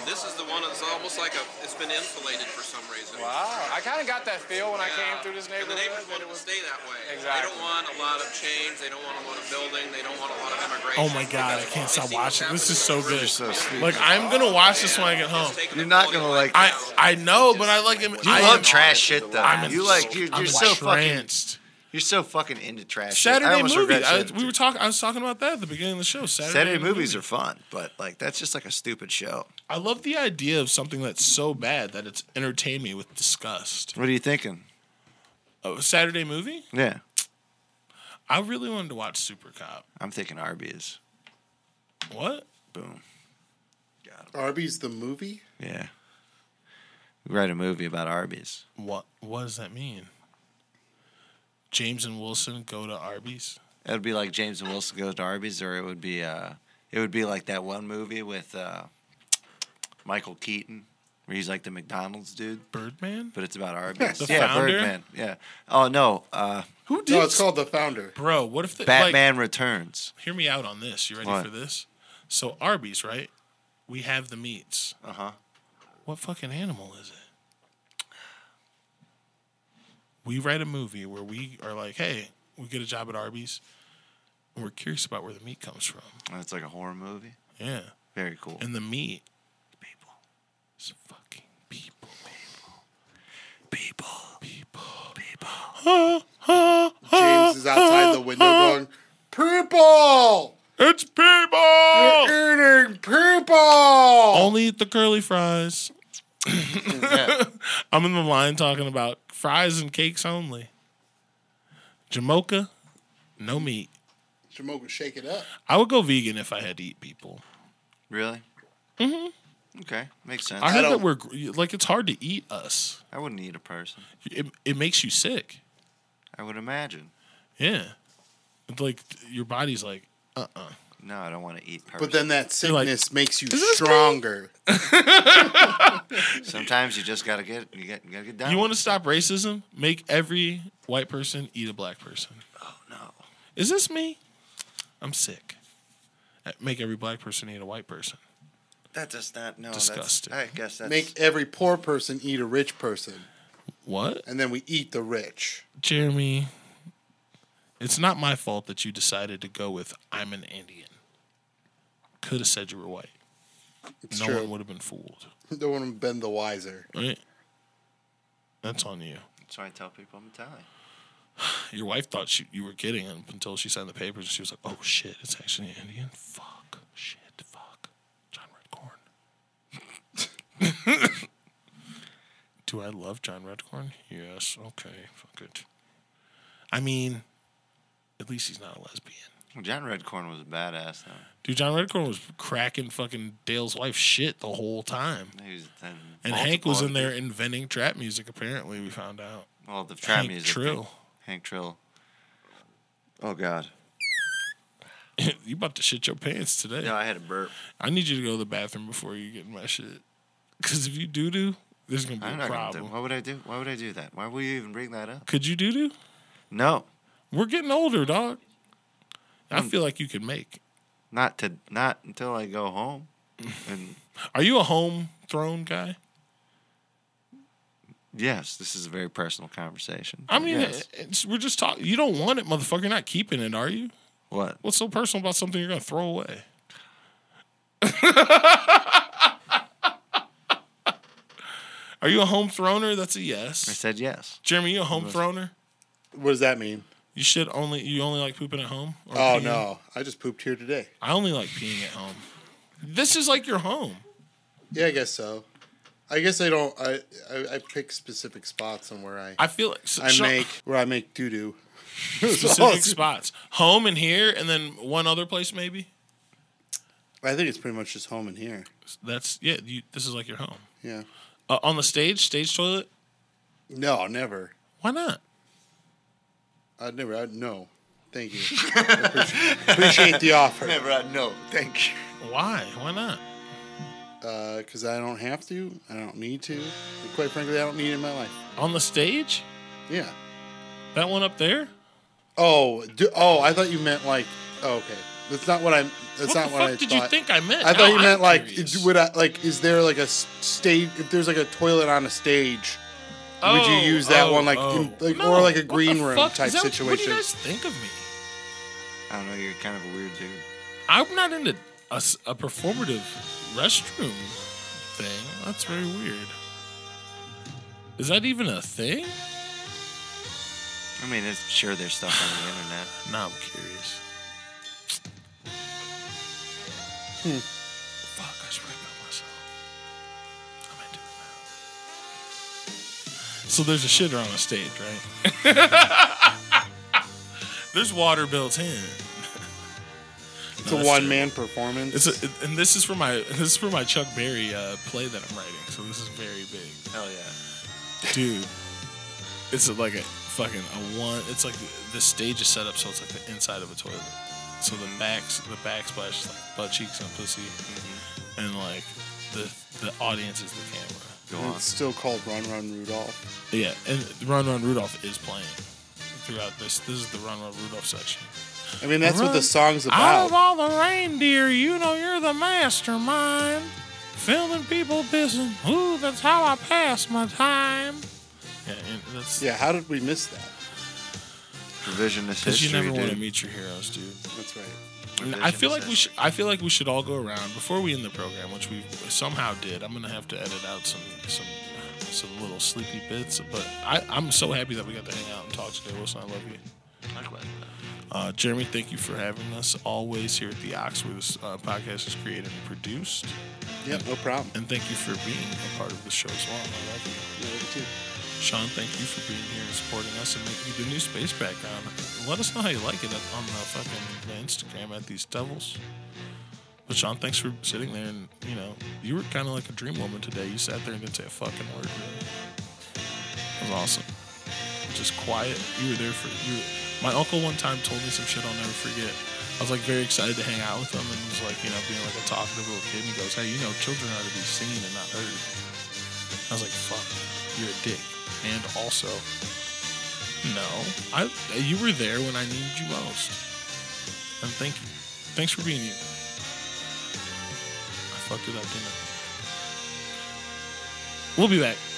Speaker 11: This is the one that's almost like a, it's been insulated for some reason.
Speaker 7: Wow, I kind of got that feel when I
Speaker 11: Yeah.
Speaker 7: came through this
Speaker 11: And
Speaker 7: neighborhood.
Speaker 11: the neighbors
Speaker 7: that
Speaker 11: want
Speaker 7: it
Speaker 11: it to
Speaker 7: was-
Speaker 11: stay that way. They
Speaker 7: Exactly.
Speaker 11: don't want a lot of change. They don't want a lot of building. They don't want a lot of immigration.
Speaker 3: Oh my god, I can't stop watching. This is so good.
Speaker 2: It's so sweet.
Speaker 3: Like I'm gonna watch this when I get home.
Speaker 2: You're not gonna like
Speaker 3: I
Speaker 2: this.
Speaker 3: I know, but I like him.
Speaker 2: You
Speaker 3: I am-
Speaker 2: love trash shit though.
Speaker 3: I'm
Speaker 2: you
Speaker 3: in-
Speaker 2: like you're,
Speaker 3: I'm
Speaker 2: you're so fucking
Speaker 3: entranced.
Speaker 2: you're so fucking into trash. shit. I
Speaker 3: Saturday
Speaker 2: almost
Speaker 3: movie.
Speaker 2: regret
Speaker 3: I,
Speaker 2: shit.
Speaker 3: we were talking. I was talking about that at the beginning of the show. Saturday,
Speaker 2: Saturday
Speaker 3: movie.
Speaker 2: movies are fun, but like that's just like a stupid show.
Speaker 3: I love the idea of something that's so bad that it's entertained me with disgust.
Speaker 2: What are you thinking?
Speaker 3: Oh, Saturday movie.
Speaker 2: Yeah,
Speaker 3: I really wanted to watch Super Cop.
Speaker 2: I'm thinking Arby's.
Speaker 3: What?
Speaker 2: Boom.
Speaker 1: Arby's the movie?
Speaker 2: Yeah. We write a movie about Arby's.
Speaker 3: What What does that mean? James and Wilson go to Arby's.
Speaker 2: It would be like James and Wilson goes to Arby's, or it would be uh, it would be like that one movie with uh, Michael Keaton, where he's like the McDonald's dude.
Speaker 3: Birdman.
Speaker 2: But it's about Arby's.
Speaker 3: The
Speaker 2: yeah,
Speaker 3: founder?
Speaker 2: Birdman. Yeah. Oh no. Uh,
Speaker 3: Who
Speaker 1: No, it's called The Founder.
Speaker 3: Bro, what if the,
Speaker 2: Batman Returns?
Speaker 3: Hear me out on this. You ready
Speaker 2: What?
Speaker 3: for this? So Arby's, right? We have the meats.
Speaker 2: Uh huh.
Speaker 3: What fucking animal is it? We write a movie where we are like, hey, we get a job at Arby's, and we're curious about where the meat comes from.
Speaker 2: And It's like a horror movie.
Speaker 3: Yeah.
Speaker 2: Very cool.
Speaker 3: And the meat.
Speaker 1: James is outside the window going, People!
Speaker 3: It's people!
Speaker 1: You're eating people!
Speaker 3: Only the curly fries. I'm in the line talking about fries and cakes only. Jamocha, no meat.
Speaker 1: Jamocha, shake it up.
Speaker 3: I would go vegan if I had to eat people.
Speaker 2: Really?
Speaker 3: Mm-hmm.
Speaker 2: Okay, makes sense.
Speaker 3: I heard that we're gr- like it's hard to eat us.
Speaker 2: I wouldn't eat a person.
Speaker 3: It it makes you sick.
Speaker 2: I would imagine.
Speaker 3: Yeah, it's like your body's like uh uh
Speaker 2: No, I don't want to eat person.
Speaker 1: But then that
Speaker 3: You're like,
Speaker 1: sickness makes you
Speaker 3: "Is this
Speaker 1: stronger.
Speaker 2: Sometimes you just gotta get you, got, you gotta get down.
Speaker 3: You want to stop racism? Make every white person eat a black person.
Speaker 2: Oh no.
Speaker 3: Is this me? I'm sick. Uh, Make every black person eat a white person.
Speaker 2: That does not no.
Speaker 3: Disgusting.
Speaker 2: That's, I guess that's
Speaker 1: Make every poor person eat a rich person.
Speaker 3: What?
Speaker 1: And then we eat the rich.
Speaker 3: Jeremy, it's not my fault that you decided to go with I'm an Indian. Could have said you were white.
Speaker 1: It's
Speaker 3: no
Speaker 1: true.
Speaker 3: one would have been fooled.
Speaker 1: Don't want to bend the wiser.
Speaker 3: Right? That's on you.
Speaker 2: that's why I tell people I'm Italian.
Speaker 3: Your wife thought she, you were kidding up until she signed the papers. She was like, "Oh shit, it's actually an Indian." Fuck, shit, fuck, John Redcorn. Do I love John Redcorn? Yes. Okay. Fuck it. I mean, at least he's not a lesbian.
Speaker 2: John Redcorn was a badass though.
Speaker 3: Dude, John Redcorn was cracking fucking Dale's wife shit the whole time,
Speaker 2: He was then
Speaker 3: and Hank was in there inventing trap music. Apparently, we found out.
Speaker 2: Well, the trap
Speaker 3: Hank
Speaker 2: music.
Speaker 3: Trill.
Speaker 2: thing. Hank Trill. Oh God.
Speaker 3: you about to shit your pants today.
Speaker 2: No, I had a burp.
Speaker 3: I need you to go to the bathroom before you get in my shit. Because if you do do, there's gonna be
Speaker 2: I'm
Speaker 3: a
Speaker 2: not gonna do.
Speaker 3: problem.
Speaker 2: Why would I do? Why would I do that? Why would you even bring that up?
Speaker 3: Could you do do?
Speaker 2: No,
Speaker 3: We're getting older, dog. I feel like you could make.
Speaker 2: not to. Not until I go home. And
Speaker 3: Are you a home throne guy?
Speaker 2: yes, this is a very personal conversation.
Speaker 3: I mean,
Speaker 2: Yes.
Speaker 3: it's, we're just talking. You don't want it, motherfucker. You're not keeping it, are you?
Speaker 2: what?
Speaker 3: What's so personal about something you're gonna throw away? are you a home throner? That's a
Speaker 2: I
Speaker 3: yes.
Speaker 2: said yes.
Speaker 3: Jeremy, you a home throner?
Speaker 1: What does that mean?
Speaker 3: You shit only. You only like pooping at home? Or
Speaker 1: Oh,
Speaker 3: peeing?
Speaker 1: no. I just pooped here today.
Speaker 3: I only like peeing at home. This is like your home.
Speaker 1: Yeah, I guess so. I guess I don't. I I, I pick specific spots on where I
Speaker 3: I feel like so-
Speaker 1: I
Speaker 3: so-
Speaker 1: make where I make doo doo.
Speaker 3: specific spots, home and here, and then one other place maybe.
Speaker 1: I think it's pretty much just home in here.
Speaker 3: That's yeah. You, this is like your home.
Speaker 1: Yeah.
Speaker 3: Uh, on the stage, stage toilet.
Speaker 1: No, never.
Speaker 3: Why not?
Speaker 1: I'd never. I'd no. Thank you. I appreciate, appreciate the offer.
Speaker 2: Never. Uh, no, thank you.
Speaker 3: Why? Why not?
Speaker 1: Because Uh, I don't have to. I don't need to. And quite frankly, I don't need it in my life.
Speaker 3: On the stage,
Speaker 1: Yeah.
Speaker 3: that one up there.
Speaker 1: Oh. Do, oh. I thought you meant like. Oh, okay. That's not what I. That's not
Speaker 3: what the
Speaker 1: what
Speaker 3: fuck
Speaker 1: I
Speaker 3: did
Speaker 1: thought.
Speaker 3: you think I meant?
Speaker 1: I thought
Speaker 3: Now
Speaker 1: you
Speaker 3: I'm
Speaker 1: meant like,
Speaker 3: curious.
Speaker 1: would I like? Is there like a s- stage? If there's like a toilet on a stage, would
Speaker 3: Oh,
Speaker 1: you use that
Speaker 3: oh,
Speaker 1: one like,
Speaker 3: oh.
Speaker 1: in, like
Speaker 3: No,
Speaker 1: or like a
Speaker 3: what the
Speaker 1: green room
Speaker 3: fuck?
Speaker 1: type
Speaker 3: Is that- What do
Speaker 1: situation?
Speaker 3: you guys think of me?
Speaker 2: I don't know. You're kind of a weird dude.
Speaker 3: I'm not into a, s- a performative restroom thing. That's very weird. Is that even a thing?
Speaker 2: I mean, it's sure there's stuff on the internet.
Speaker 3: Now I'm curious. Hmm. Fuck, I swear by myself. I'm into it now. So there's a shitter on a stage, right? there's water built in.
Speaker 1: It's It's a one man performance.
Speaker 3: It's a, and this is for my this is for my Chuck Berry uh, play that I'm writing. So this is very big.
Speaker 2: Hell yeah.
Speaker 3: dude. It's like a fucking a one. It's like the stage is set up so it's like the inside of a toilet. So the backs, the backsplash is like butt cheeks and pussy, and like the the audience is the camera.
Speaker 1: And It's still called Run Run Rudolph.
Speaker 3: Yeah, and Run Run Rudolph is playing throughout this. This is the Run Run Rudolph section.
Speaker 1: I mean, that's what the
Speaker 3: Run
Speaker 1: song's
Speaker 3: Out
Speaker 1: about.
Speaker 3: of all the reindeer, you know you're the mastermind. Filming people pissing. Ooh, that's how I pass my time. Yeah, and that's
Speaker 1: Yeah, how did we miss that?
Speaker 3: because
Speaker 2: Revisionist history.
Speaker 3: you never want to
Speaker 2: dude.
Speaker 3: meet your heroes, dude.
Speaker 1: That's right.
Speaker 3: And I feel
Speaker 2: Revisionist
Speaker 3: like we should. I feel like we should all go around before we end the program, which we somehow did. I'm gonna have to edit out some some some little sleepy bits, but I, I'm so happy that we got to hang out and talk today, Wilson. I love you.
Speaker 2: Likewise.
Speaker 3: Uh, Jeremy, thank you for having us always here at the Ox, where this uh, podcast is created and produced.
Speaker 1: Yeah, no problem.
Speaker 3: And thank you for being a part of the show as well. I love you.
Speaker 1: Yeah, you too.
Speaker 3: Sean, thank you for being here and supporting us and making the new space background. Let us know how you like it at- on the fucking the Instagram at these devils. But Sean, thanks for sitting there and you know you were kind of like a dream woman today. You sat there and didn't say a fucking word. It was awesome. Just quiet. You were there for you. My uncle one time told me some shit I'll never forget. I was like very excited to hang out with him and was like you know being like a talkative little kid. And he goes, Hey, you know children are to be seen and not heard. I was like, Fuck, you're a dick. And also, no, I you were there when I needed you most. And thank you. Thanks for being you. I fucked it up, didn't I? We'll be back.